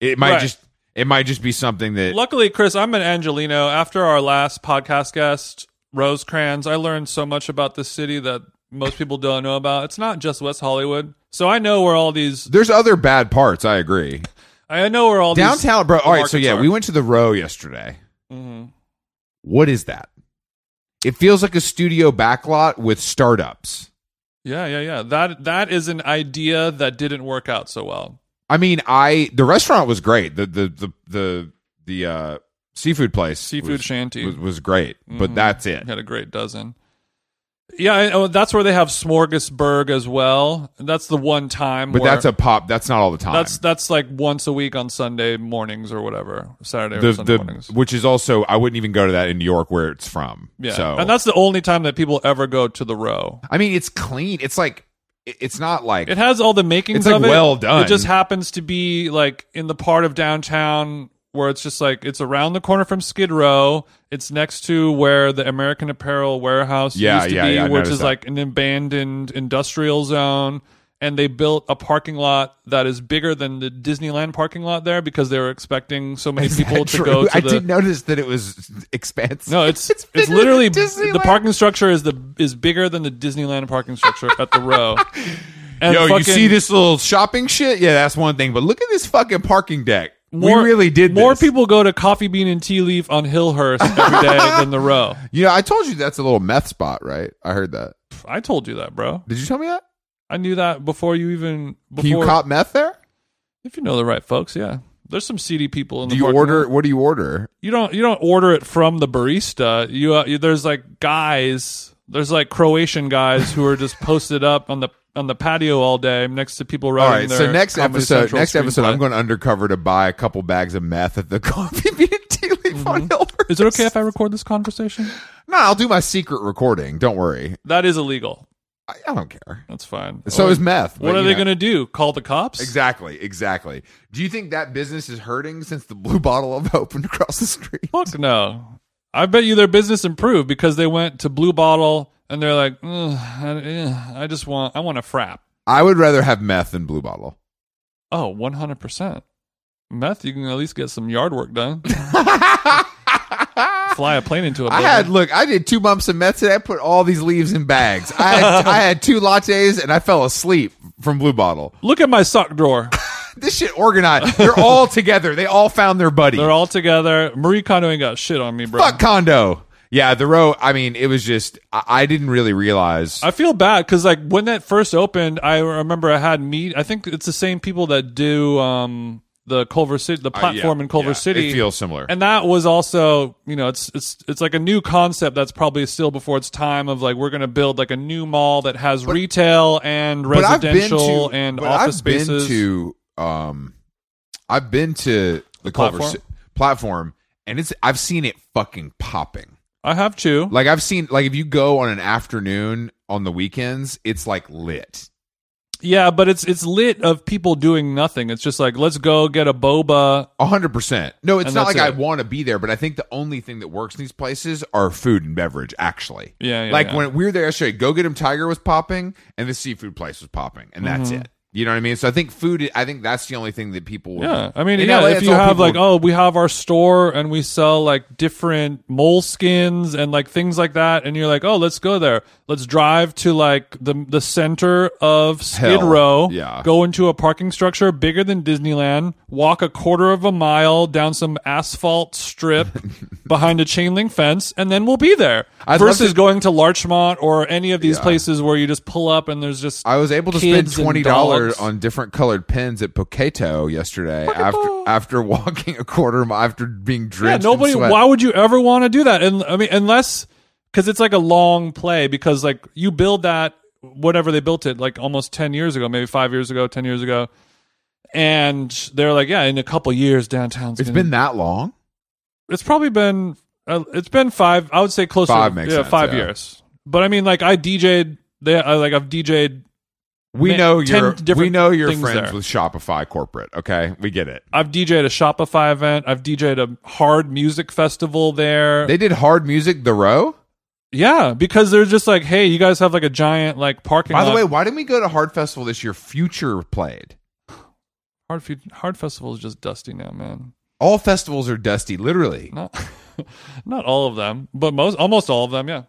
It might Right. just, it might just be something that Luckily, Chris, I'm an Angelino. After our last podcast guest, Rosecrans, I learned so much about this city that most people don't know about. It's not just West Hollywood. So I know where all these there's other bad parts. I agree. I know where all Downtown, bro. All right, markets so yeah, are. we went to the row yesterday. these Mhm. What is that? It feels like a studio backlot with startups. Yeah, yeah, yeah. That that is an idea that didn't work out so well. I mean, I the restaurant was great. The the the the the uh, seafood place, Seafood was, shanty. was, was great, but Mhm. that's it. had a great dozen. Yeah, I- oh, that's where they have smorgasburg as well. That's the one time. But where- that's a pop. That's not all the time. That's that's like once a week on Sunday mornings or whatever, Saturday or the, Sunday the mornings. which is also I wouldn't even go to that in New York where it's from. Yeah, So and that's the only time that people ever go to the row. I mean, it's clean. It's like it- it's not like It has all the makings It's, like, of it. well done. It just happens to be like in the part of downtown where it's just like it's around the corner from Skid Row. It's next to where the American Apparel warehouse Yeah, used to yeah, be, yeah, I which noticed is that. like an abandoned industrial zone. And they built a parking lot that is bigger than the Disneyland parking lot there because they were expecting so many people to True. (laughs) go to I the did notice that it was expansive. (laughs) No, it's it's, bigger literally than Disneyland. the parking structure is the is bigger than the Disneyland parking structure at the (laughs) row. And Yo, you fucking see this little shopping shit? Yeah, that's one thing. But look at this fucking parking deck. more- we really did More this. people go to Coffee Bean and Tea Leaf on Hillhurst every (laughs) day than the row. You know, I told you that's a little meth spot, right? I heard that. I told you that, bro. Did you tell me that? I knew that before you even Can before you cop meth there? if you know the right folks. Yeah, There's some seedy people in the Do you parking order? lot. What do you order? you don't you don't order it from the barista. You, uh, you there's like guys, there's like Croatian guys who are just posted up on the on the patio all day next to people All writing. right. Oh, their So next Comedy episode, Central next episode, screenplay. I'm going undercover to buy a couple bags of meth at the (laughs) coffee bean and tea leaf Mm-hmm. on Hilbert. Is it okay if I record this conversation? No, I'll do my secret recording. Don't worry. That is illegal. I, I don't care. That's fine. So Or- is meth. What but, are you they know. going to do? Call the cops? (laughs) Exactly. Exactly. Do you think that business is hurting since the blue bottle of (laughs) opened across the street? Fuck no. I bet you their business improved because they went to Blue Bottle and they're like, "Ugh, I, eh, I just want, I want a frap. I would rather have meth than blue bottle. Oh, 100%. Meth, you can at least get some yard work (laughs) done. Fly a plane into a I building. had look. I did two bumps of meth today. I put all these leaves in bags. (laughs) I had, I had two lattes and I fell asleep from Blue Bottle. Look at my sock drawer. This shit (laughs) organized. They're all together. They all found their buddy. They're all together. Marie Kondo ain't got shit on me, bro. Fuck condo. Yeah, the row. I mean, it was just. I, I didn't really realize. uh, I feel bad because like when that first opened, I remember I had meat. I think it's the same people that do um the Culver City, the platform in Culver yeah. City. Uh, it feels similar. and that was also you know it's it's it's like a new concept that's probably still before its time of like we're gonna build like a new mall that has retail and but I've been residential to- and but office I've been spaces. to. Um, I've been to the, Culver platform? Ci- platform, and it's. I've seen it fucking popping. I have two. Like I've seen. Like if you go on an afternoon on the weekends, it's like lit. yeah, but it's it's lit of people doing nothing. It's just like let's go get a boba. A hundred percent. No, it's And not like that's I it. want to be there, but I think the only thing that works in these places are food and beverage. Actually, Yeah, yeah, like yeah. when we were there yesterday, Go Get Him Tiger was popping, and the seafood place was popping, and that's Mm-hmm. it. You know what I mean? So I think food. I think that's the only thing that people. would- Yeah, I mean, In yeah. LA, if it's you all have people- like, oh, we have our store and we sell like different moleskins and like things like that, and you're like, oh, let's go there. Let's drive to like the the center of Skid Hell, Row. yeah. Go into a parking structure bigger than Disneyland. Walk a quarter of a mile down some asphalt (laughs) strip behind a chain link fence, and then we'll be there. I'd love versus to- going to Larchmont or any of these places where you just pull up and there's just I was able to spend kids and twenty dollars dogs. on different colored pens at Poketo yesterday after after (laughs) walking a quarter mile after being Yeah, drenched. in nobody. sweat. Why would you ever want to do that? And I mean, unless because it's like a long play. Because like you build that whatever they built it like almost ten years ago, maybe five years ago, ten years ago, and they're like, yeah, in a couple years downtown's. It's gonna- been that long. It's probably been. Uh, it's been five. I would say close Five to makes yeah, sense, five yeah. years. But I mean, like I DJ'd. They I, like I've DJ'd. We Man, know 10 you're. different We know you're things friends there. with Shopify corporate. Okay, we get it. I've DJ'd a Shopify event. I've DJ'd a hard music festival (laughs) there. They did hard music. The row. yeah, because they're just like, hey, you guys have like a giant like parking. By the lot. way, why didn't we go to Hard Festival this year? Future played. Hard fe- Hard Festival is just dusty now, man. All festivals are dusty, literally. Not (laughs) not all of them, but most almost all of them, yeah.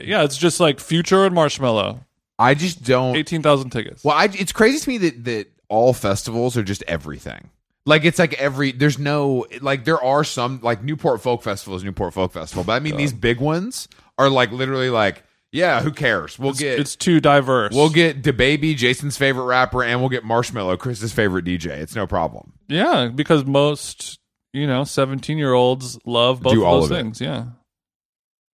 Yeah, it's just like Future and Marshmallow. I just don't. 18,000 tickets. Well, I, it's crazy to me that that all festivals are just everything. Like it's like every there's no like there are some like Newport Folk Festival is Newport Folk Festival, but I mean these big ones are like literally like yeah, who cares? We'll get It's too diverse. we'll get DaBaby, Jason's favorite rapper, and we'll get Marshmallow, Chris's favorite DJ. It's no problem. yeah, because most, you know, 17-year-olds love both Do of all those of it. things, yeah.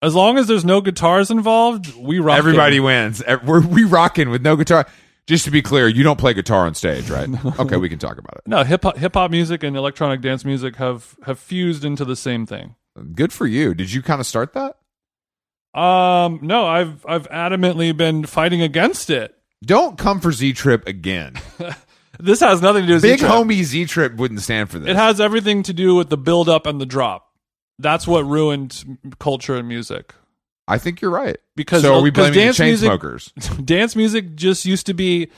As long as there's no guitars involved, we rock. it. Everybody Everybody wins. Ev- We're we rocking with no guitar. Just to be clear, you don't play guitar on stage, (laughs) right? Okay, we can talk about it. No, hip hop hip hop music and electronic dance music have have fused into the same thing. Good for you. Did you kind of start that? Um no, I've I've adamantly been fighting against it. Don't come for Z (laughs) Trip again. This has nothing to do with Big Zetra. homie Z Trip wouldn't stand for this. It has everything to do with the build up and the drop. That's what ruined m- culture and music (laughs) I think you're right. because so are we because blaming the dance chain music smokers? dance music just used to be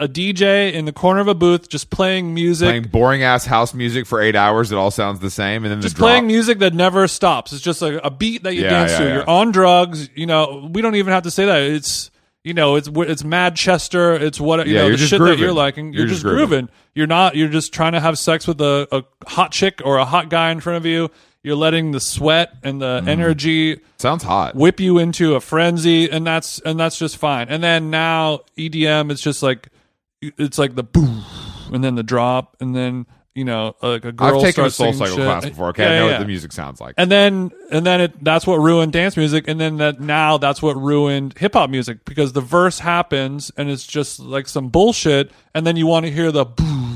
a DJ in the corner of a booth just playing music Playing boring ass house music for eight hours. It all sounds the same, and then just the drop. playing music that never stops. It's just like a beat that you Yeah, dance yeah, to. yeah. You're on drugs. You know, we don't even have to say that. It's you know, it's it's Madchester. It's what you Yeah, know you're the just shit that grooving. you're liking. You're, You're just, just grooving. grooving. You're not. You're just trying to have sex with a, a hot chick or a hot guy in front of you. You're letting the sweat and Mm-hmm. the energy sounds hot. whip you into a frenzy, and that's and that's just fine. And then E now EDM, it's just like it's like the boom, and then the drop, and then you know, like a girl I've taken a starts soul singing cycle shit. class before. Okay, Yeah, I know yeah, what the yeah. music sounds like. And then and then it, that's what ruined dance music, and then that now that's what ruined hip hop music because the verse happens and it's just like some bullshit, and then you want to hear the boo,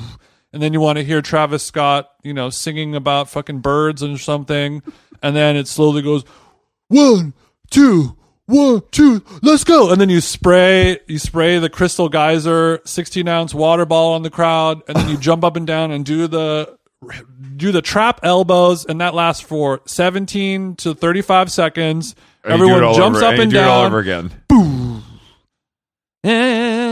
and then you want to hear Travis Scott, you know, singing about fucking birds and something, and then it slowly goes one, two, one, two, let's go. And then you spray, you spray the crystal geyser, 16 ounce water bottle on the crowd. And then you jump up and down and do the, do the trap elbows. And that lasts for 17 to 35 seconds. And you do it Everyone all jumps over- up and, you do down. it all over again.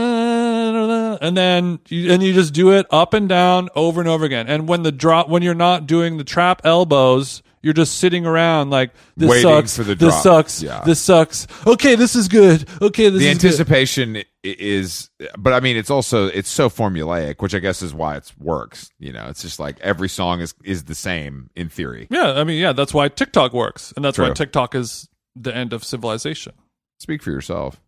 And then you, and you just do it up and down over and over again. And when the drop, when you're not doing the trap elbows, you're just sitting around like this Waiting sucks. for the this drop. sucks. Yeah. This sucks. Okay, this is good. Okay, this the is good. anticipation i- is but i mean it's also it's so formulaic which i guess is why it works you know it's just like every song is is the same in theory Yeah, I mean, yeah, that's why TikTok works, and that's why True. TikTok is the end of civilization. speak for yourself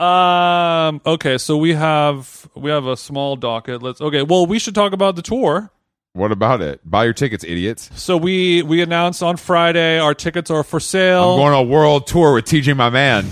Um. Okay, so we have we have a small docket. Let's. Okay. Well, we should talk about the tour. what about it buy your tickets idiots So we we announced on Friday our tickets are for sale. i'm going on a world tour with tj (laughs) my man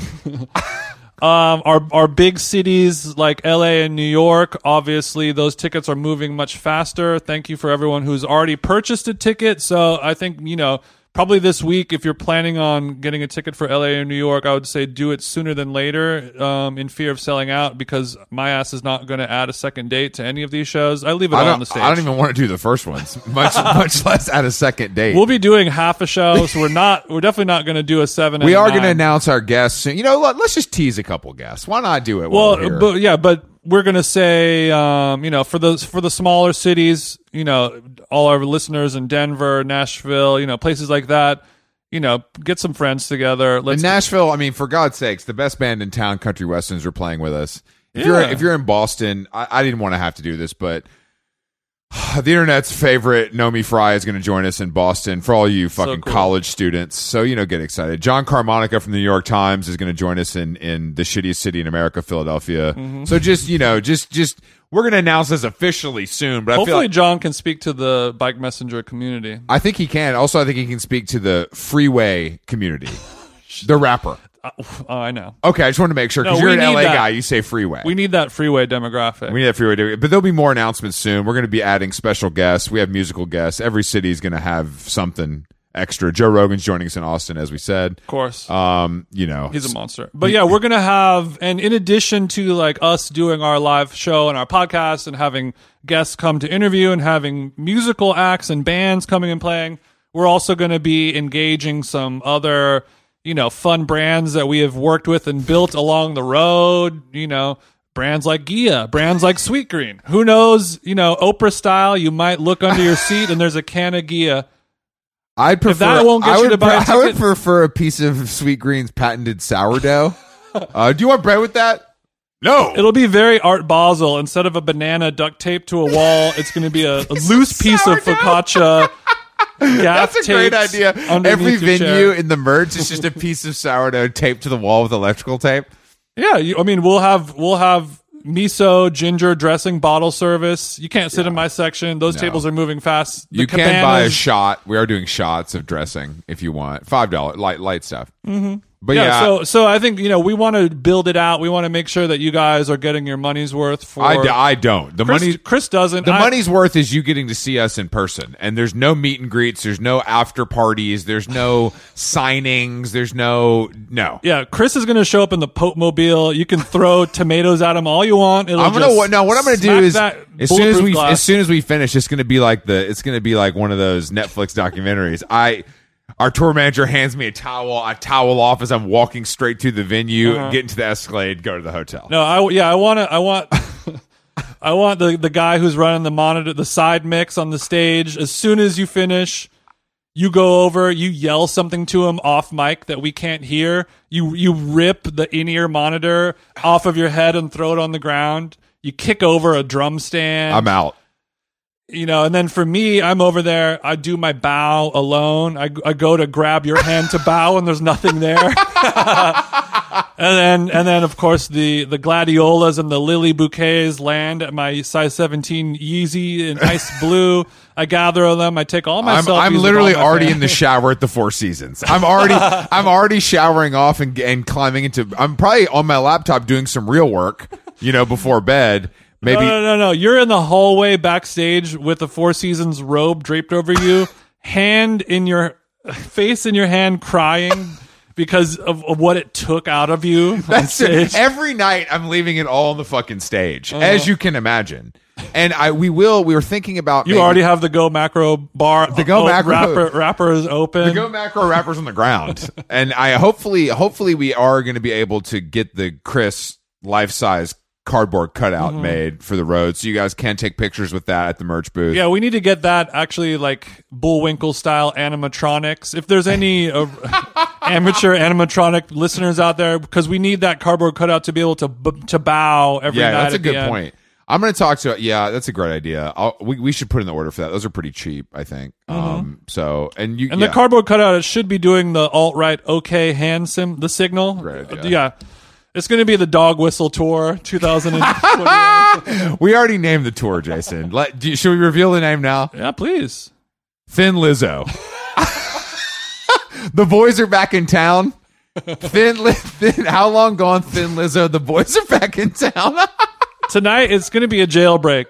Um, our our big cities like L.A. and New York, obviously those tickets are moving much faster. Thank you for everyone who's already purchased a ticket. So I think you know probably this week, if you're planning on getting a ticket for L.A. or New York, I would say do it sooner than later, um, in fear of selling out because my ass is not going to add a second date to any of these shows. I leave it I all on the don't, stage. I don't even want to do the first ones (laughs) (laughs) much much less at a second date We'll be doing half a show, so we're not. We're definitely not going to do a seven. and we a are going to nine. announce our guests soon. You know what? Let's just tease a couple guests. Why not do it? Well, Well, but yeah, but we're gonna say, um, you know, for those for the smaller cities, you know, all our listeners in Denver, Nashville, you know, places like that, you know, get some friends together. In Let's Nashville, I mean, for God's sakes, the best band in town, Country Westerns, are playing with us. If you're Yeah. if you're in Boston, I, I didn't want to have to do this, but (sighs) the internet's favorite Nomi Fry is going to join us in Boston for all you fucking cool. college students. So you know, get excited. John Carmonica from the New York Times is going to join us in in the shittiest city in America, Philadelphia. Mm-hmm. So just you know, just just we're going to announce this officially soon. But I feel hopefully like John can speak to the bike messenger community. I think he can. Also, I think he can speak to the freeway (laughs) community. the rapper. Uh, oh, I know. Okay, I just wanted to make sure because No, you're we an need LA that. guy. You say freeway. We We, need that freeway demographic. need that freeway, to, but there'll be more announcements soon. We're going to be adding special guests. We have musical guests. Every city is going to have something extra. Joe Rogan's joining us in Austin, as we said. of course. Um, you know, He's a monster. But yeah, we're gonna have and in addition to like us doing our live show and our podcast and having guests come to interview and having musical acts and bands coming and playing, we're also gonna be engaging some other, you know, fun brands that we have worked with and built along the road, you know. Brands like Gia, brands like Sweet Green. Who knows, you know, Oprah style, you might look under your seat and there's a can of Gia. I'd prefer. that won't get I you would to buy a pre- (laughs) I would ticket- prefer a piece of Sweet Green's (laughs) patented sourdough. uh, do you want bread with that? No. It'll be very Art Basel. Instead of a banana duct taped to a wall, it's going to be a, a loose piece of sourdough. focaccia. (laughs) That's a great idea. Every venue Chair. in the merch is just a piece of sourdough taped to the wall with electrical tape. Yeah, you, I mean, we'll have we'll have miso, ginger dressing, bottle service. You can't sit in my section. Those tables are moving fast. The you can buy a cabanas- shot. We are doing shots of dressing if you want. Five dollar light light stuff. Mm-hmm. But yeah, yeah, so so I think you know we want to build it out. We want to make sure that you guys are getting your money's worth. For I, d- I don't. The Chris, money Chris doesn't. the I- money's worth is you getting to see us in person. And there's no meet and greets. There's no after parties. There's no (laughs) signings. There's no no. Yeah, Chris is going to show up in the Pope Mobile. You can (laughs) throw tomatoes at him all you want. It'll I'm gonna just what? No, what I'm gonna do smack is that as soon as bulletproof we glass. as soon as we finish, it's gonna be like the it's gonna be like one of those Netflix documentaries. I our tour manager hands me a towel. I towel off as I'm walking straight through the venue, Uh-huh. get into the Escalade, go to the hotel. no, I yeah, I want to. I (laughs) want. I want the the guy who's running the monitor, the side mix on the stage. As soon as you finish, you go over, you yell something to him off mic that we can't hear. You you rip the in ear monitor off of your head and throw it on the ground. You kick over a drum stand. I'm out. you know and then for me i'm over there i do my bow alone i, I go to grab your hand to bow (laughs) and there's nothing there And then, and then, of course, the the gladiolas and the lily bouquets land at my size seventeen Yeezy in ice blue. I gather them. I take all my. I'm, selfies I'm with literally all my already fans. in the shower at the Four Seasons. (laughs) I'm already I'm already showering off and and climbing into. I'm probably on my laptop doing some real work, you know, before bed. Maybe No, no, no, no. You're in the hallway backstage with the Four Seasons robe draped over (laughs) you, hand in your face in your hand, crying because of, of what it took out of you. (laughs) That's on it. stage. Uh-huh. Every night I'm leaving it all on the fucking stage, as you can imagine. And I we will. We were thinking about You maybe- already have the Go Macro bar. The Go Macro- wrapper, wrapper is open. go macro wrappers on the ground, and I hopefully hopefully we are going to be able to get the Chris life size cardboard Mm-hmm. cutout made for the road, so you guys can take pictures with that at the merch booth. yeah, we need to get that actually like Bullwinkle style animatronics. If there's any (laughs) uh, amateur animatronic listeners out there, because we need that cardboard cutout to be able to b- to bow every yeah, night. that's a at the good end. point. I'm going to talk to. Yeah, that's a great idea. I'll, we we should put in the order for that. Those are pretty cheap, I think. Um, so and you Mm-hmm. And yeah. the cardboard cutout it should be doing the alt right okay hand sim the signal. Great idea. Uh, Yeah. It's going to be the dog whistle tour 2021. we already named the tour, Jason. Let, do, you- should we reveal the name now? yeah, please. Thin Lizzo. (laughs) the boys are back in town. Thin, Li- (laughs) thin, how long gone? Thin Lizzo. The boys are back in town. (laughs) Tonight it's going to be a jailbreak.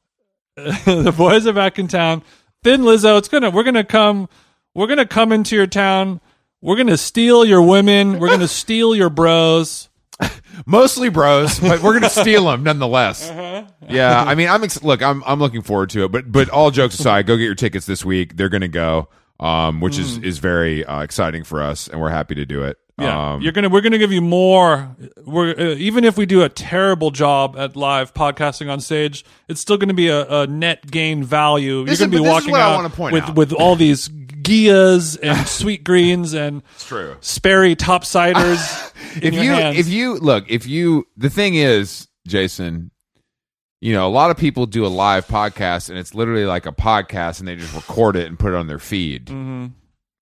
(laughs) the boys are back in town. Thin Lizzo, it's going to we're going to come we're going to come into your town. We're going to steal your women. We're going to steal your bros. Mostly bros, but (laughs) we're gonna steal them nonetheless. Uh-huh. Yeah, I mean, I'm ex- look, I'm I'm looking forward to it. But but all jokes aside, go get your tickets this week. They're gonna go, um, which is is very uh, exciting for us, and we're happy to do it. Hmm. Yeah, um, you're gonna we're gonna give you more. We're uh, even if we do a terrible job at live podcasting on stage, it's still gonna be a, a net gain value. This is- you're gonna but be this is walking what I out wanna point with out. with all these Gias and (laughs) sweet greens and true. Sperry topsiders. in (laughs) if your you hands. if you look if you the thing is jason you know a lot of people do a live podcast and it's literally like a podcast and they just record it and put it on their feed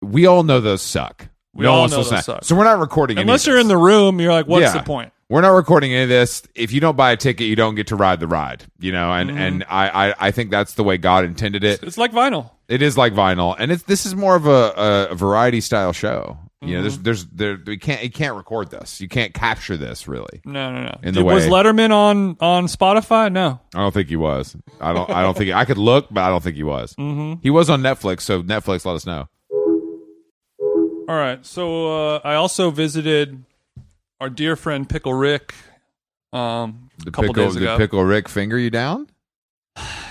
we all know those suck Mm-hmm. We all one's know listening. those suck. so we're not recording any of unless you're this. in the room, you're like, what's Yeah. the point? we're not recording any of this if you don't buy a ticket you don't get to ride the ride you know and Mm-hmm. and I, I i think that's the way god intended it It's like vinyl. it is like vinyl and it's this is more of a, a variety style show you know Mm-hmm. there's there's there we can't you can't record this you can't capture this really No, no, no. In the was way- Letterman on on Spotify? No. I don't think he was. I don't. I don't think I could look, but I don't think he was. Mm-hmm. He was on Netflix, so Netflix let us know. All right. So uh, I also visited our dear friend Pickle Rick. Um, The a couple pickle, days ago, the pickle Rick finger you down.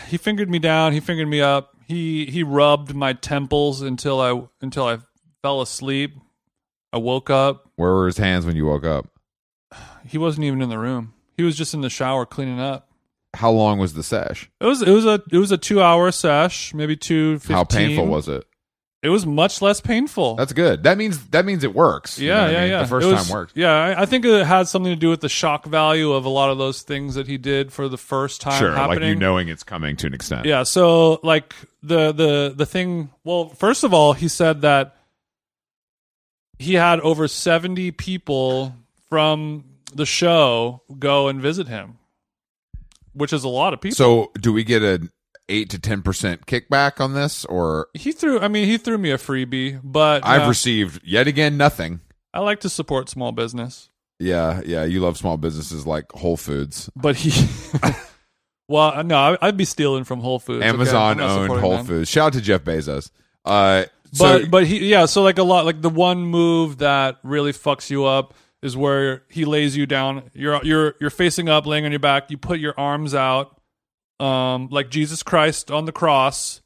he fingered me down. He fingered me up. He he rubbed my temples until I until I fell asleep. I woke up. Where were his hands when you woke up? He wasn't even in the room. He was just in the shower cleaning up. How long was the sesh? It was it was a it was a two hour sesh, maybe two. How painful was it? it? Was much less painful. That's good. That means that means it works. You know yeah, what I yeah, mean? yeah. The first It was- time worked. Yeah, I, I think it had something to do with the shock value of a lot of those things that he did for the first time. Sure, happening. like you knowing it's coming to an extent. Yeah, so like the the the thing, well, first of all, he said that he had over 70 people from the show go and visit him, which is a lot of people. So, do we get an eight to ten percent kickback on this, or he threw I mean, he threw me a freebie, but I've yeah, received yet again nothing? I like to support small business. Yeah, yeah. You love small businesses like Whole Foods. But he (laughs) Well, no, I- I'd be stealing from Whole Foods. okay? I'm Amazon not owned supporting Whole them. Foods. Shout out to Jeff Bezos. Uh, but so, but he yeah so like a lot like the one move that really fucks you up is where he lays you down you're you're you're facing up laying on your back you put your arms out um like Jesus Christ on the cross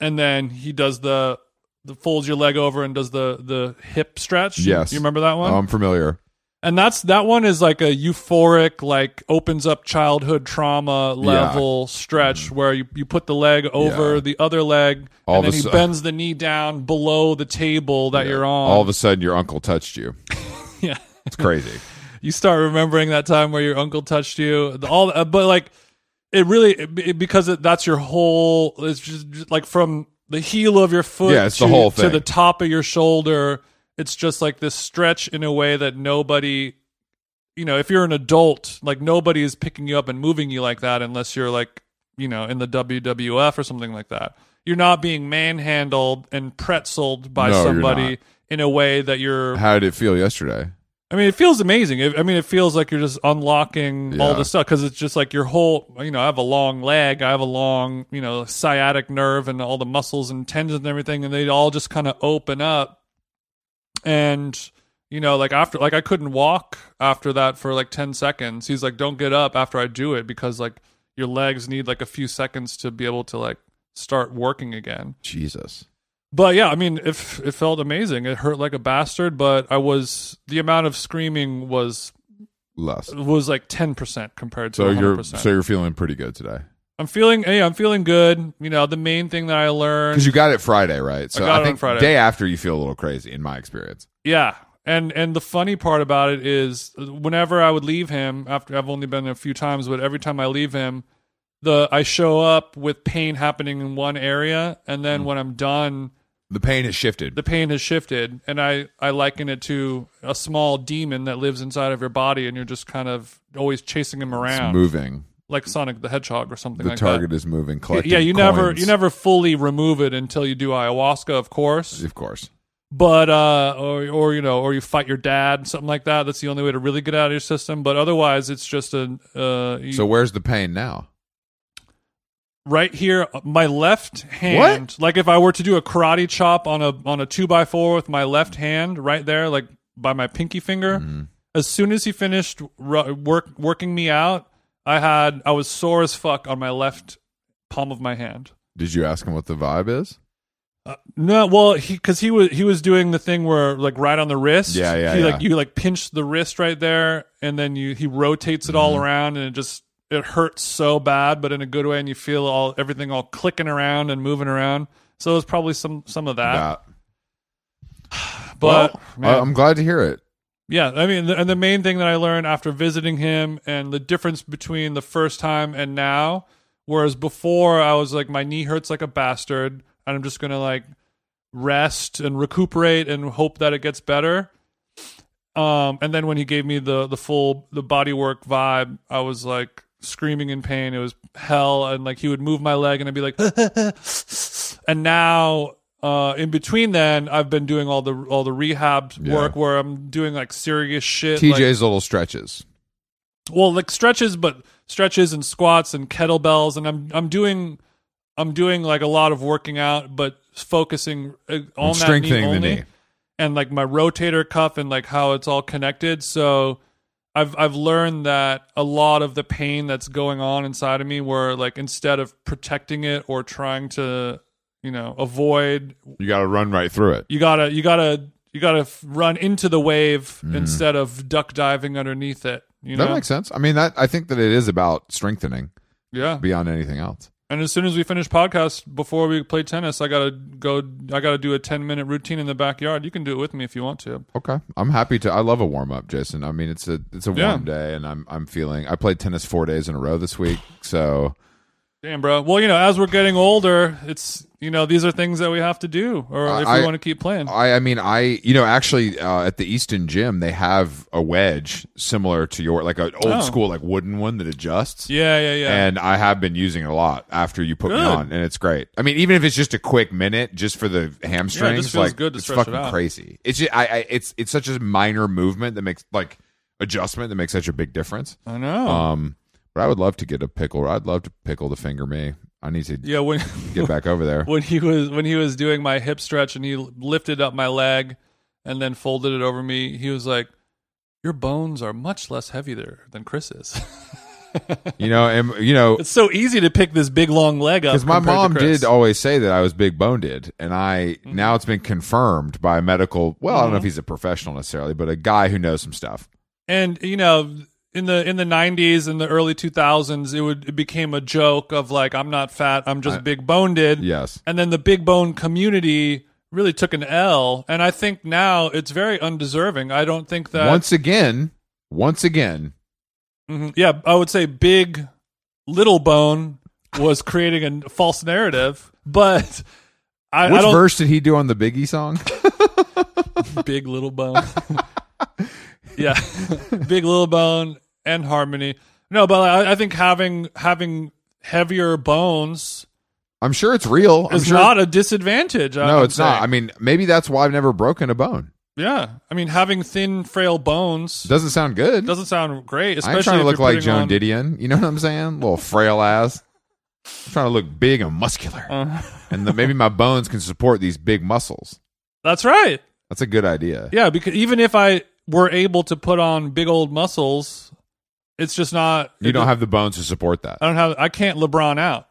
and then he does the the folds your leg over and does the the hip stretch Yes. Oh, you remember that one I'm familiar. and that's that one is like a euphoric like opens up childhood trauma level stretch where you, you put the leg over Mm-hmm. Yeah. the other leg All and of then a he su- bends the knee down below the table that you're on All of a sudden, your uncle touched you. (laughs) Yeah. it's crazy. you start remembering that time where your uncle touched you the- all uh, but like it really it, it- because it, that's your whole it's just, just like from the heel of your foot Yeah, it's the to- whole to thing. the top of your shoulder it's just like this stretch in a way that nobody you know if you're an adult like nobody is picking you up and moving you like that unless you're like you know in the WWF or something like that you're not being manhandled and pretzeled by No, you're somebody not. in a way that you're How did it feel yesterday? I mean, it feels amazing. It, I mean, it feels like you're just unlocking all Yeah. this stuff because it's just like your whole, you know, I have a long leg, I have a long, you know, sciatic nerve and all the muscles and tendons and everything, and they all just kind of open up. And, you know, like after, like I couldn't walk after that for like 10 seconds. He's like, don't get up after I do it because like your legs need like a few seconds to be able to like start working again Jesus. but yeah, I mean, if it felt amazing, it hurt like a bastard, but I was the amount of screaming was Lust. was like ten percent compared to So one hundred you're percent. so you're feeling pretty good today. I'm feeling, yeah, I'm feeling good. You know, the main thing that I learned, Because you got it Friday, right? So got it I on think Friday. day after you feel a little crazy, in my experience. yeah, and and the funny part about it is, whenever I would leave him after I've only been there a few times, but every time I leave him, the I show up with pain happening in one area, and Mm. then when I'm done, The pain has shifted. the pain has shifted and i i liken it to a small demon that lives inside of your body and you're just kind of always chasing him around Moving. like sonic the hedgehog or something The like target that is moving. Collecting yeah you never coins. you never fully remove it until you do ayahuasca of course Of course. but uh or or you know or you fight your dad something like that that's the only way to really get out of your system but otherwise it's just a uh you- So where's the pain now? right here uh, my left hand like if i were to do a karate chop on a on a two by four with my left hand right there like by my pinky finger Mm-hmm. as soon as he finished ru- work working me out i had i was sore as fuck on my left palm of my hand Did you ask him what the vibe is? no well he because he was he was doing the thing where like right on the wrist Yeah, yeah, he yeah. like you like pinch the wrist right there and then you he rotates it all Mm-hmm. around and it just it hurts so bad but in a good way and you feel all everything all clicking around and moving around so it's probably some some of that About- but Well, uh, um, man. I- I'm glad to hear it. Yeah, I mean, and the main thing that I learned after visiting him and the difference between the first time and now, whereas before I was like, my knee hurts like a bastard, and I'm just gonna like rest and recuperate and hope that it gets better. Um, and then when he gave me the the full the body work vibe, I was like screaming in pain. It was hell, and like he would move my leg, and I'd be like, (laughs) and now uh, in between then, I've been doing all the all the rehab Yeah. work where I'm doing like serious shit. TJ's like- little stretches. well, like stretches, but stretches and squats and kettlebells, and I'm I'm doing I'm doing like a lot of working out, but focusing uh, on that knee strengthening the only, knee. and like my rotator cuff and like how it's all connected. So. I've I've learned that a lot of the pain that's going on inside of me, where like instead of protecting it or trying to, you know, avoid You got to run right through it. you gotta you gotta you gotta f- run into the wave instead of duck diving underneath it you know Mm-hmm. That makes sense. I mean, that I think that it is about strengthening yeah beyond anything else. and as soon as we finish podcast before we play tennis i gotta go i gotta do a 10 minute routine in the backyard you can do it with me if you want to Okay, I'm happy to. I love a warm up, Jason. I mean, it's a it's a warm Yeah. day, and I'm I'm feeling. I played tennis four days in a row this week, so damn bro well you know as we're getting older it's you know these are things that we have to do or if we Uh, I- want to keep playing I I mean I you know actually uh, at the Easton gym they have a wedge similar to your like an old Oh. school like wooden one that adjusts. yeah yeah yeah And I have been using it a lot after you put me Good. on, and it's great. I mean, even if it's just a quick minute, just for the hamstrings, feels like good to it's stretch fucking it out. crazy. It's just, I, I, it's it's such a minor movement that makes like adjustment that makes such a big difference. i know Um, but I would love to get a pickle. I'd love to pickle to finger me. I need to yeah when (laughs) get back over there. when he was when he was doing my hip stretch and he lifted up my leg and then folded it over me he was like your bones are much less heavy there than chris's (laughs) You know, and you know, it's so easy to pick this big long leg up because my compared to mom Chris. Mm-hmm. did always say that I was big boned, and I now it's been confirmed by a medical. Well, I don't know if he's a professional necessarily, but a guy who knows some stuff. and you know in the in the 90s and the early 2000s it would it became a joke of like i'm not fat i'm just big boned Yes. and then the big bone community really took an l and i think now it's very undeserving i don't think that once again, once again, Mhm. Yeah, I would say Big Little Bone was creating a false narrative, but I, I which don't. verse did he do on the Biggie song? Big Little Bone. (laughs) yeah, Big Little Bone and Harmony. No, but I, I think having having heavier bones I'm sure it's real. I'm is sure not a disadvantage. I No, would it's not. say. I mean, maybe that's why I've never broken a bone. yeah, I mean having thin, frail bones Doesn't sound good. doesn't sound great. Especially I'm trying if to look you're like putting Joan on- Didion. You know what I'm saying? Little frail ass. I'm trying to look big and muscular, Uh, (laughs) and the, maybe my bones can support these big muscles. that's right. That's a good idea. Yeah, because even if I were able to put on big old muscles, it's just not. You don't have the bones. Bones to support that. I don't have. I can't LeBron out.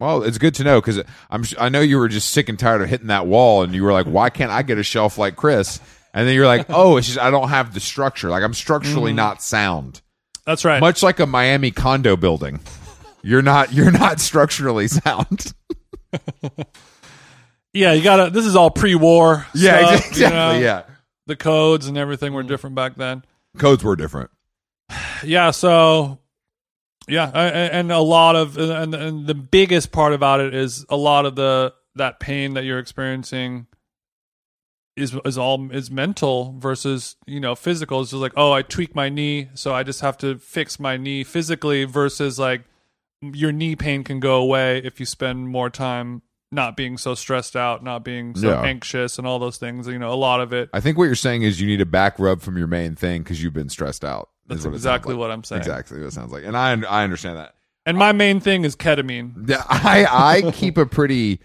Well, it's good to know because I'm s- I know you were just sick and tired of hitting that wall, and you were like, "Why can't I get a shelf like Chris?" And then you're (laughs) like, "Oh, it's just I don't have the structure. Like I'm structurally Mm. not sound. That's right. Much like a Miami condo building, you're not you're not (laughs) structurally sound." yeah, you gotta. This is all pre-war. yeah, stuff, exactly. you know? Yeah, The codes and everything Mm. were different back then. codes were different. Yeah. So. Yeah, a- a- and a lot of and, and the biggest part about it is a lot of the that pain that you're experiencing is is all is mental versus you know physical. It's just like oh, I tweak my knee, so I just have to fix my knee physically versus like your knee pain can go away if you spend more time not being so stressed out, not being so Yeah. anxious, and all those things. You know, a lot of it. I think what you're saying is you need a back rub from your main thing because you've been stressed out. is That's what it sounds exactly like. what I'm saying. Exactly what it sounds like, and I I understand that. And my main thing is ketamine. Yeah, (laughs) I I keep a pretty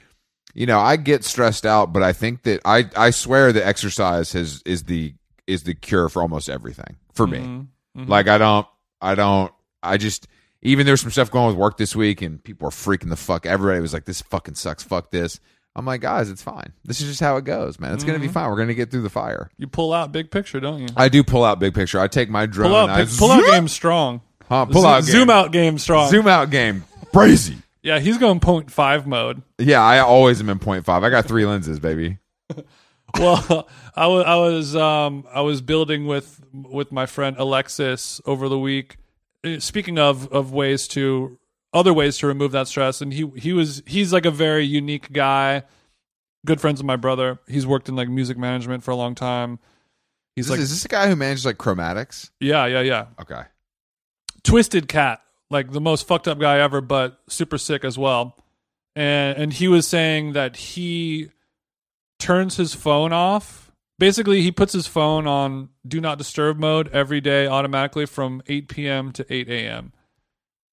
you know, I get stressed out, but I think that I I swear that exercise has is the is the cure for almost everything for me. Mhm. Mhm. Like I don't I don't I just even there's some stuff going on with work this week and people are freaking the fuck everybody was like this fucking sucks, fuck this. I'm like, guys, it's fine. This is just how it goes, man. It's Mm-hmm. gonna be fine. We're gonna get through the fire. You pull out big picture, don't you? I do pull out big picture. I take my drone. Pull out, I big, pull out zoom- game strong. Huh, pull out Zo- zoom game. out game strong. zoom out game. Crazy. Yeah, he's going point five mode. (laughs) Yeah, I always am in point five. I got three lenses, baby. Well, I was I was um I was building with with my friend Alexis over the week. Uh, Speaking of of ways to other ways to remove that stress, and he he was he's like a very unique guy. Good friends with my brother. He's worked in like music management for a long time. He's This- like, is this a guy who manages like chromatics? yeah, yeah, yeah. Okay. Twisted Cat, like the most fucked up guy ever, but super sick as well. And and he was saying that he turns his phone off. Basically, he puts his phone on do not disturb mode every day automatically from 8 p.m. to 8 a.m.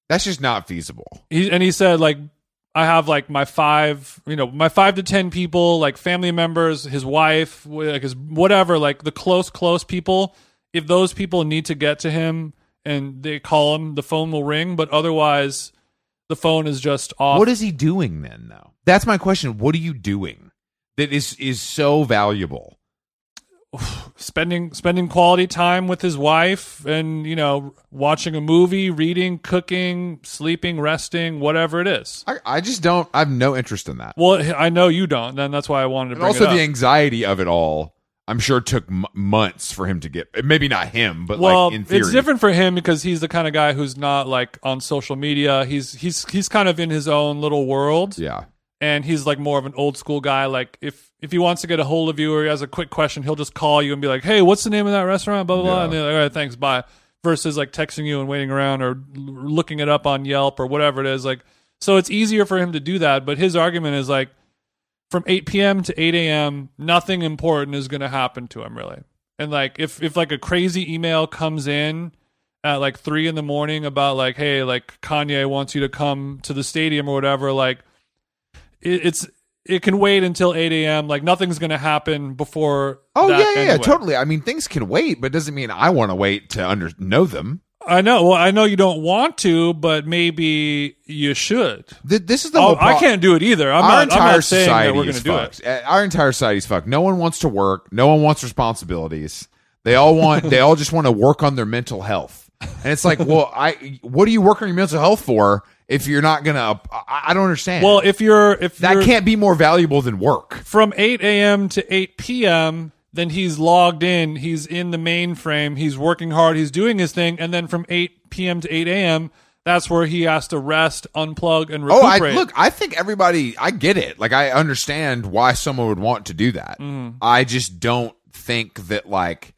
That's just not feasible. He and he said like I have like my five, you know, my five to ten people, like family members, his wife, wh- like his whatever, like the close, close people. If those people need to get to him and they call him, the phone will ring. But otherwise, the phone is just off. What is he doing then though? That's my question. What are you doing that is is so valuable? spending spending quality time with his wife, and you know, watching a movie, reading, cooking, sleeping, resting, whatever it is. I, I just don't I have no interest in that. Well, I know you don't. Then that's why I wanted to And bring also it up. the anxiety of it all, I'm sure took m- months for him to get. Maybe not him, but well, like in theory. it's different for him because he's the kind of guy who's not like on social media. He's he's he's kind of in his own little world, Yeah. and he's like more of an old school guy. Like if if he wants to get a hold of you or he has a quick question, he'll just call you and be like, "Hey, what's the name of that restaurant?" Blah blah blah. And they're like, "All right, thanks, bye." Versus like texting you and waiting around or l- looking it up on Yelp or whatever it is. Like so, it's easier for him to do that. But his argument is like from 8 p.m. to 8 a.m., nothing important is going to happen to him really. And like if if like a crazy email comes in at like 3 in the morning about like hey, like Kanye wants you to come to the stadium or whatever, like it, it's it can wait until 8 a.m. Like nothing's going to happen before Oh that yeah, yeah, yeah, anyway. totally. I mean, things can wait, but it doesn't mean I want to wait to under know them. I know. Well, I know you don't want to, but maybe you should. Th- this is the Oh, whole. pro- I can't do it either. I'm our not, I'm entire not saying society that we're going to is do it. fucked. Uh, Our entire society's fucked. No one wants to work. No one wants responsibilities. They all want. they all just want to work on their mental health. And it's like, well, I. What do you work on your mental health for if you're not gonna? I, I don't understand. Well, if you're if that you're, can't be more valuable than work. from 8 a.m. to 8 p.m., then he's logged in. He's in the mainframe. He's working hard. He's doing his thing. And then from 8 p.m. to 8 a.m., that's where he has to rest, unplug, and Oh, I recuperate. look. I think Mm. everybody. I get it. Like I understand why someone would want to do that. I just don't think that like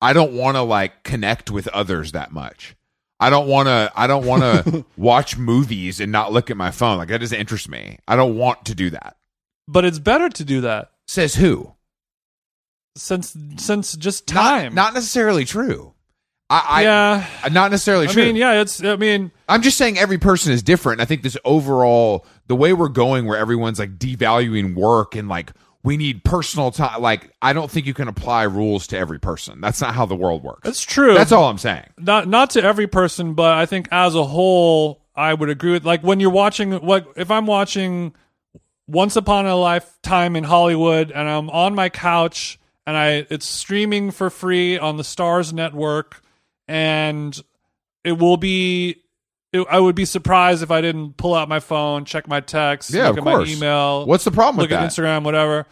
I don't want to like connect with others that much. I don't want to I don't (laughs) want to watch movies and not look at my phone. Like that doesn't interest me. I don't want to do that. But it's better to do that Says who? since since just Not- time. Not, necessarily true. I, yeah. I not necessarily I true. mean, yeah, it's. I mean, I'm just saying every person is different. I think this overall, the way we're going, where everyone's like devaluing work and like we need personal time. Like I don't think you can apply rules to every person. That's not how the world works. that's true. That's all I'm saying. not not to every person, but I think as a whole, I would agree with like when you're watching like if I'm watching Once Upon a Lifetime in Hollywood and I'm on my couch and I it's streaming for free on the Stars network and it will be it, I would be surprised if I didn't pull out my phone, check my text, Yeah, look of at course. my email, What's the problem with look at that? Instagram, whatever.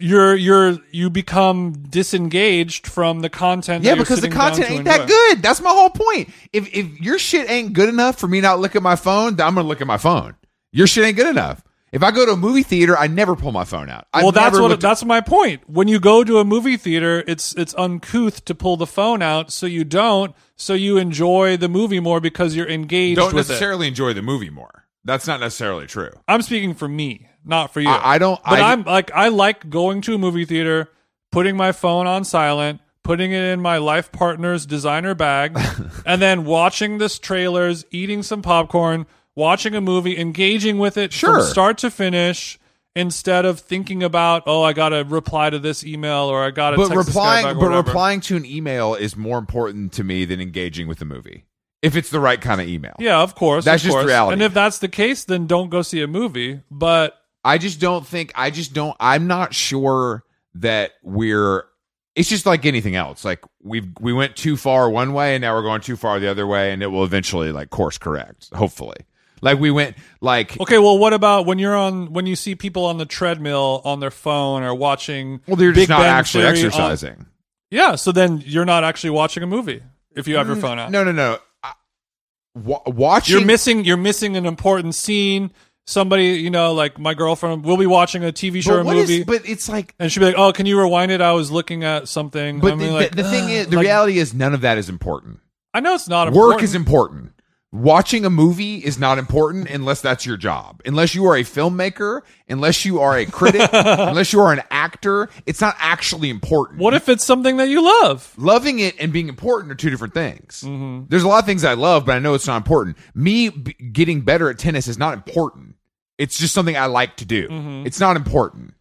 You're you're you become disengaged from the content. Yeah, that you're because the sitting down content to ain't that enjoy. good. That's my whole point. If if your shit ain't good enough for me not to look at my phone, then I'm gonna look at my phone. Your shit ain't good enough. If I go to a movie theater, I never pull my phone out. I well, that's never what looked at- that's my point. When you go to a movie theater, it's it's uncouth to pull the phone out, so you don't, so you enjoy the movie more because you're engaged Don't with it. necessarily enjoy the movie more. That's not necessarily true. I'm speaking for me, not for you. I, I don't. but I, I'm like I like going to a movie theater, putting my phone on silent, putting it in my life partner's designer (laughs) bag, and then watching this trailers, eating some popcorn, watching a movie, engaging with it Sure. from start to finish. Instead of thinking about, oh, I gotta reply to this email or I gotta but text this guy back replying or but whatever. replying to an email is more important to me than engaging with the movie if it's the right kind of email yeah, of course. That's of just course. reality. And if that's the case, then don't go see a movie. But i just don't think i just don't i'm not sure that we're it's just like anything else like we've we went too far one way and now we're going too far the other way and it will eventually like course correct hopefully like we went like okay, well, what about when you're on when you see people on the treadmill on their phone or watching? well they're just Big not Bang actually Theory on- exercising Yeah, so then you're not actually watching a movie if you have your phone out. Mm, no no no I, wa- watching You're missing you're missing an important scene. Somebody, you know, like my girlfriend will be watching a TV show or a but, what is- movie but it's like and she'll be like, "Oh, can you rewind it? I was looking at something." but I the, mean, like, the, the thing is the like, reality is none of that is important I know it's not Work important. is important. Watching a movie is not important unless that's your job. Unless you are a filmmaker, unless you are a critic, unless you are an actor, it's not actually important. What if it's something that you love? loving it and being important are two different things? There's a lot of things I love, but I know it's not important. Me b- getting better at tennis is not important. It's just something I like to do. It's not important.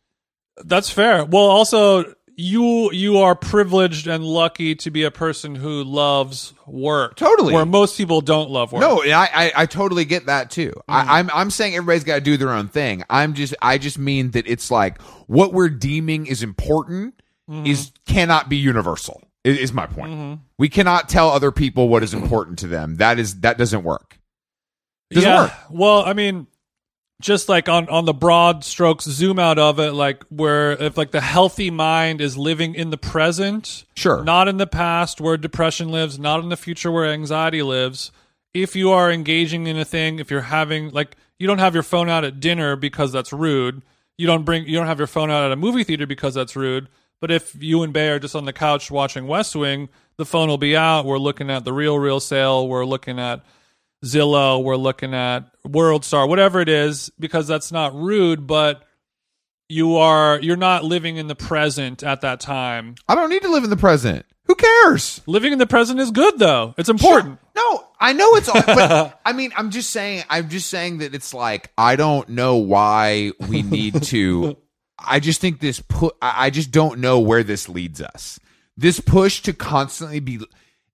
That's fair. Well, also you you are privileged and lucky to be a person who loves work. Totally. Where most people don't love work. No, and I, I I totally get that too. I, I'm I'm saying everybody's got to do their own thing. I'm just I just mean that it's like what we're deeming is important is cannot be universal. i- Is, my point. We cannot tell other people what is important to them. That is that doesn't work. Doesn't work. Well, I mean, just like on on the broad strokes zoom out of it, like where if like the healthy mind is living in the present, Sure. not in the past where depression lives, not in the future where anxiety lives. If you are engaging in a thing, if you're having like you don't have your phone out at dinner because that's rude. You don't bring you don't have your phone out at a movie theater because that's rude. But if you and Bay are just on the couch watching West Wing, the phone will be out. We're looking at the real real sale. We're looking at Zillow, we're looking at World Star, whatever it is, because that's not rude, but you are you're not living in the present at that time. I don't need to live in the present. Who cares? Living in the present is good though. It's important. No, I know it's. all- but (laughs) I mean, I'm just saying. I'm just saying that it's like I don't know why we need to. I just think this. Pu- I I just don't know where this leads us. This push to constantly be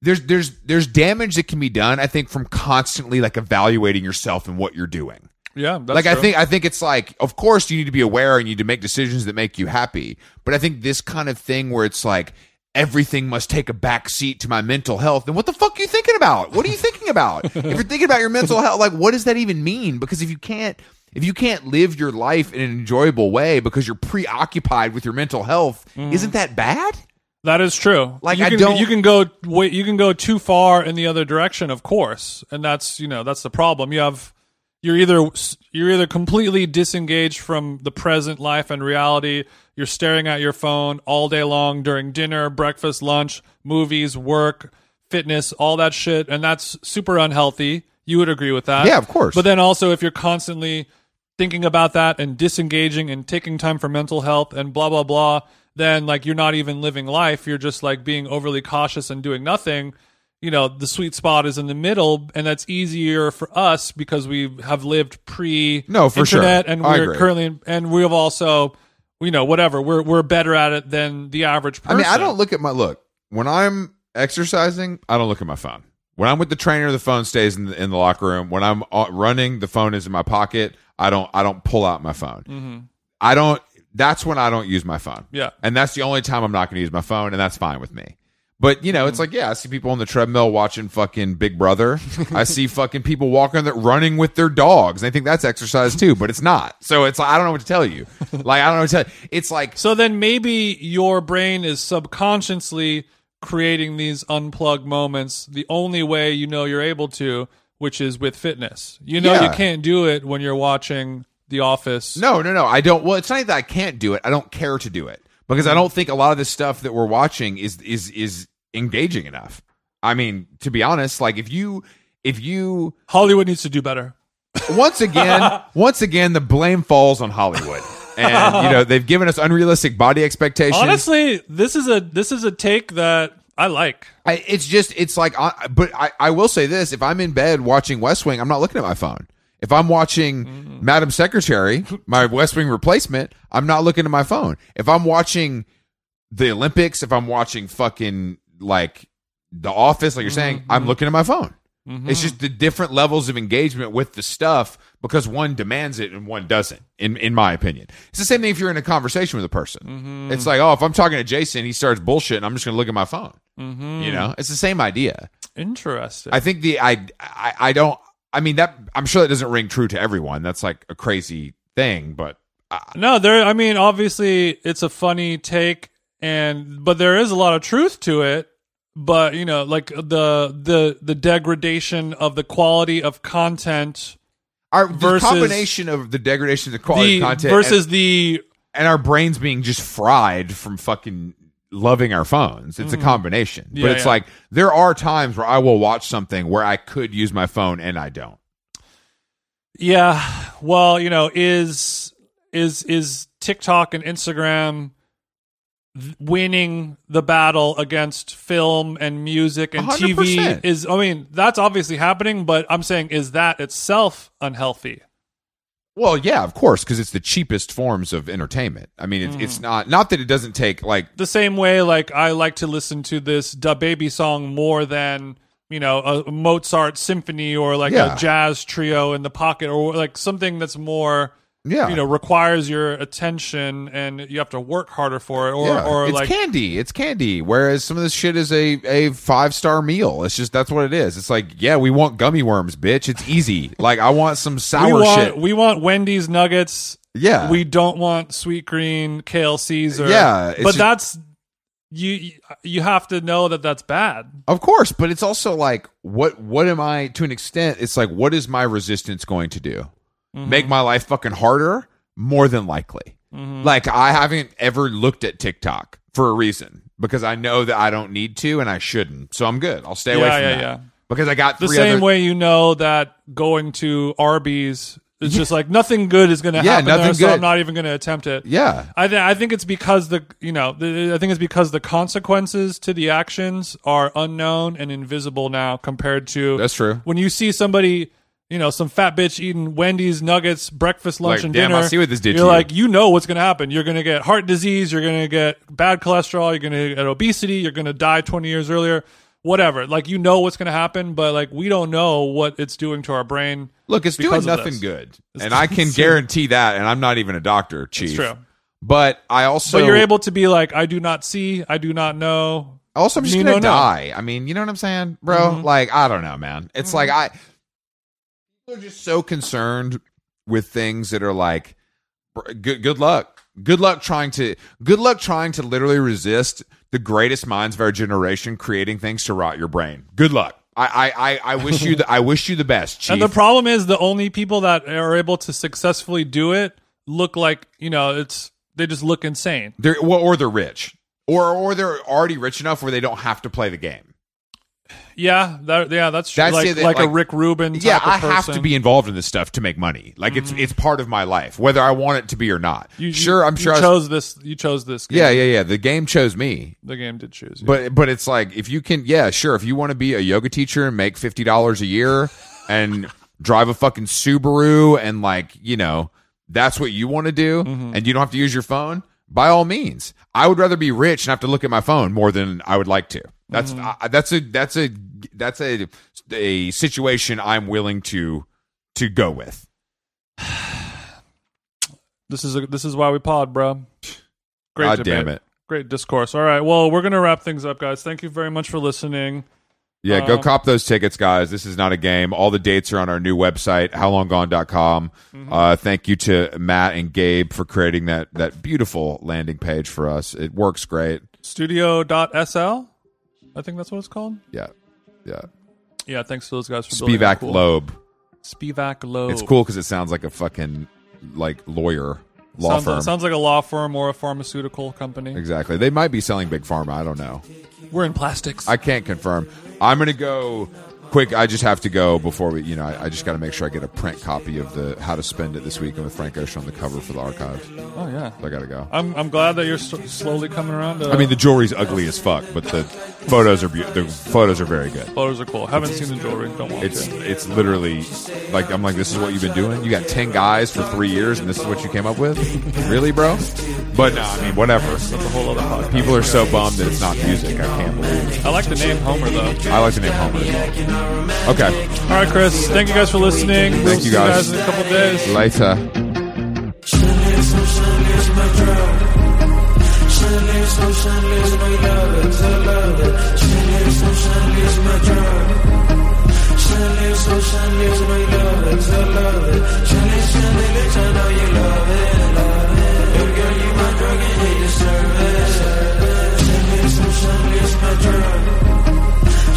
there's there's there's damage that can be done. I think from constantly like evaluating yourself and what you're doing Yeah, that's like I true. think I think it's like of course you need to be aware and you need to make decisions that make you happy. But I think this kind of thing where it's like everything must take a back seat to my mental health. Then what the fuck are you thinking about? What are you (laughs) thinking about? if you're thinking about your mental health, like what does that even mean? Because if you can't if you can't live your life in an enjoyable way because you're preoccupied with your mental health, Mm-hmm. isn't that bad? that is true. Like, you I can, don't- you can go wait, you can go too far in the other direction, of course, and that's you know that's the problem. You have you're either you're either completely disengaged from the present life and reality you're staring at your phone all day long during dinner breakfast lunch movies work fitness all that shit and that's super unhealthy you would agree with that Yeah, of course. but then also if you're constantly thinking about that and disengaging and taking time for mental health and blah blah blah then like you're not even living life you're just like being overly cautious and doing nothing you know the sweet spot is in the middle and that's easier for us because we have lived pre No, for sure. internet and I we're agree. currently and we've also you know whatever we're we're better at it than the average I person mean, I don't look at my look when I'm exercising. I don't look at my phone. When I'm with the trainer, the phone stays in the, in the locker room. When I'm uh, running, the phone is in my pocket. I don't. I don't pull out my phone. I don't. That's when I don't use my phone. Mm-hmm. yeah And that's the only time I'm not going to use my phone, and that's fine with me. But you Mm-hmm. know, it's like yeah, I see people on the treadmill watching fucking Big Brother. (laughs) I see fucking people walking that running with their dogs. And they think that's exercise too, but it's not. So it's like I don't know what to tell you. Like I don't know what to tell. You. It's like so then maybe your brain is subconsciously creating these unplugged moments the only way you know you're able to which is with fitness you know you Yeah. can't do it when you're watching the office No, no, no. I don't. Well, it's not that I can't do it. I don't care to do it because I don't think a lot of the stuff that we're watching is is is engaging enough. I mean, to be honest, like if you if you hollywood needs to do better once again, once again, the blame falls on Hollywood, and you know they've given us unrealistic body expectations. honestly this is a this is a take that i like I, it's just it's like, I- but I, I will say this: if I'm in bed watching West Wing, I'm not looking at my phone. If I'm watching Madam Secretary, my West Wing replacement, I'm not looking at my phone. If I'm watching the Olympics, if I'm watching fucking like The Office, like you're saying, I'm looking at my phone. It's just the different levels of engagement with the stuff because one demands it and one doesn't. In in my opinion, it's the same thing if you're in a conversation with a person. It's like, oh, if I'm talking to Jason, he starts bullshitting, I'm just gonna look at my phone. You Hmm. know, it's the same idea. Mm-hmm. interesting I think the I, I I don't. I mean that I'm sure that doesn't ring true to everyone. That's like a crazy thing, but No, there. I mean, obviously, it's a funny take, and but there is a lot of truth to it. But you know, like the the the degradation of the quality of content, our Versus- the combination of the degradation of the quality the of content versus and, the and our brains being just fried from fucking loving our phones. It's a combination, Hmm. Yeah, but it's yeah. like there are times where I will watch something where I could use my phone and I don't. yeah. Well, you know, is is is TikTok and Instagram th- winning the battle against film and music and TV 100%. is I mean that's obviously happening but I'm saying is that itself unhealthy Well, yeah, of course, because it's the cheapest forms of entertainment. I mean, it's, Hmm. it's not not that it doesn't take like the same way like I like to listen to this Da Baby song more than you know a Mozart symphony or like Yeah. a jazz trio in the pocket or like something that's more yeah, you know requires your attention and you have to work harder for it or Yeah, or it's like candy. It's candy. Whereas some of this shit is a, a five star meal. It's just that's what it is. It's like, yeah, we want gummy worms, bitch. (laughs) It's easy. like I want some we sour want shit. we want Wendy's nuggets yeah. we don't want sweet green kale Caesar Yeah, it's but just- that's you you have to know that that's bad of course, but it's also like what what am I to an extent, it's like what is my resistance going to do? Mm-hmm. Make my life fucking harder? More than likely. Mm-hmm. Like I haven't ever looked at TikTok for a reason because I know that I don't need to and I shouldn't. So I'm good. I'll stay away Yeah, from yeah, that. yeah. Because I got the three same other- way you know that going to Arby's is just like nothing good is going to Yeah, happen there, nothing so I'm good. not even going to attempt it. Yeah. I th- I think it's because the you know the, I think it's because the consequences to the actions are unknown and invisible now compared to That's true. when you see somebody. You know, some fat bitch eating Wendy's nuggets, breakfast, lunch, Like, and damn, dinner. I see what this did You're to you. like, you know what's going to happen. You're going to get heart disease. You're going to get bad cholesterol. You're going to get obesity. You're going to die 20 years earlier. Whatever. Like, you know what's going to happen, but like, we don't know what it's doing to our brain. Look, it's because doing of nothing this. good, and (laughs) I can guarantee that. And I'm not even a doctor, chief. true. But I also, but you're able to be like, I do not see. I do not know. Also, I'm just you gonna don't know. Mm-hmm. die. I mean, you know what I'm saying, bro? Like, I don't know, man. It's like I, they're just so concerned with things that are like, br- good, good luck, good luck trying to, good luck trying to literally resist the greatest minds of our generation creating things to rot your brain. Good luck. I, I, I, I wish you the, I wish you the best, (laughs) Chief. And the problem is the only people that are able to successfully do it look like you know it's they just look insane. they're, well, or they're rich, or or they're already rich enough where they don't have to play the game. Yeah, that, yeah, that's true. That's like, it, like a like- Rick Rubin. Type yeah, of I have to person. Mm-hmm. be involved in this stuff to make money. Like it's it's part of my life, whether I want it to be or not. You, you- sure, I'm you sure. I was- chose this. You chose this. Game. yeah, yeah, yeah. The game chose me, the game did choose. you. but but it's like if you can, yeah, sure. If you want to be a yoga teacher and make fifty dollars a year and drive a fucking Subaru and like you know that's what you want to do, Mm-hmm. and you don't have to use your phone. By all means, I would rather be rich and have to look at my phone more than I would like to. That's Mm-hmm. I- that's a that's a that's a a situation I'm willing to to go with. this is a, this is why we pod, bro. Great God debate. damn it. Great discourse. All right. Well, we're gonna wrap things up, guys. Thank you very much for listening. Yeah, go Um, cop those tickets, guys. This is not a game. All the dates are on our new website, howlonggone.com. Mm-hmm. Uh, thank you to Matt and Gabe for creating that that beautiful landing page for us. It works great. Studio.sl. I think that's what it's called. Yeah. Yeah. Yeah. Thanks to those guys for building that Spivak cool. Loeb. Spivak Low. It's cool because it sounds like a fucking like lawyer law sounds, firm. sounds like a law firm or a pharmaceutical company. exactly. They might be selling big pharma. I don't know. We're in plastics. I can't confirm. I'm gonna go quick. I just have to go before we. You know, I, I just got to make sure I get a print copy of the How to Spend It This Week and with Frank Ocean on the cover for the archives. oh yeah. So I gotta go. I'm I'm glad that you're s slowly coming around. To, I mean, the jewelry's ugly as fuck, but the photos are beau- the photos are very good. photos are cool. Haven't seen the jewelry. Don't want It's to. it's literally like I'm like this is what you've been doing. You got ten guys for three years, and this is what you came up with. Really, bro? But no, I mean whatever. It's a whole other podcast. People are so bummed that it's not music. I can't believe. I like the name Homer though. I like the name Homer. as well. Okay, All right, Chris. Thank you guys for listening. Thank we'll you see guys. you guys in a couple days. later.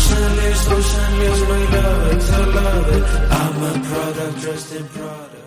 Sunlight, sunshine, lives my love, it's a love. I'm a product dressed in product.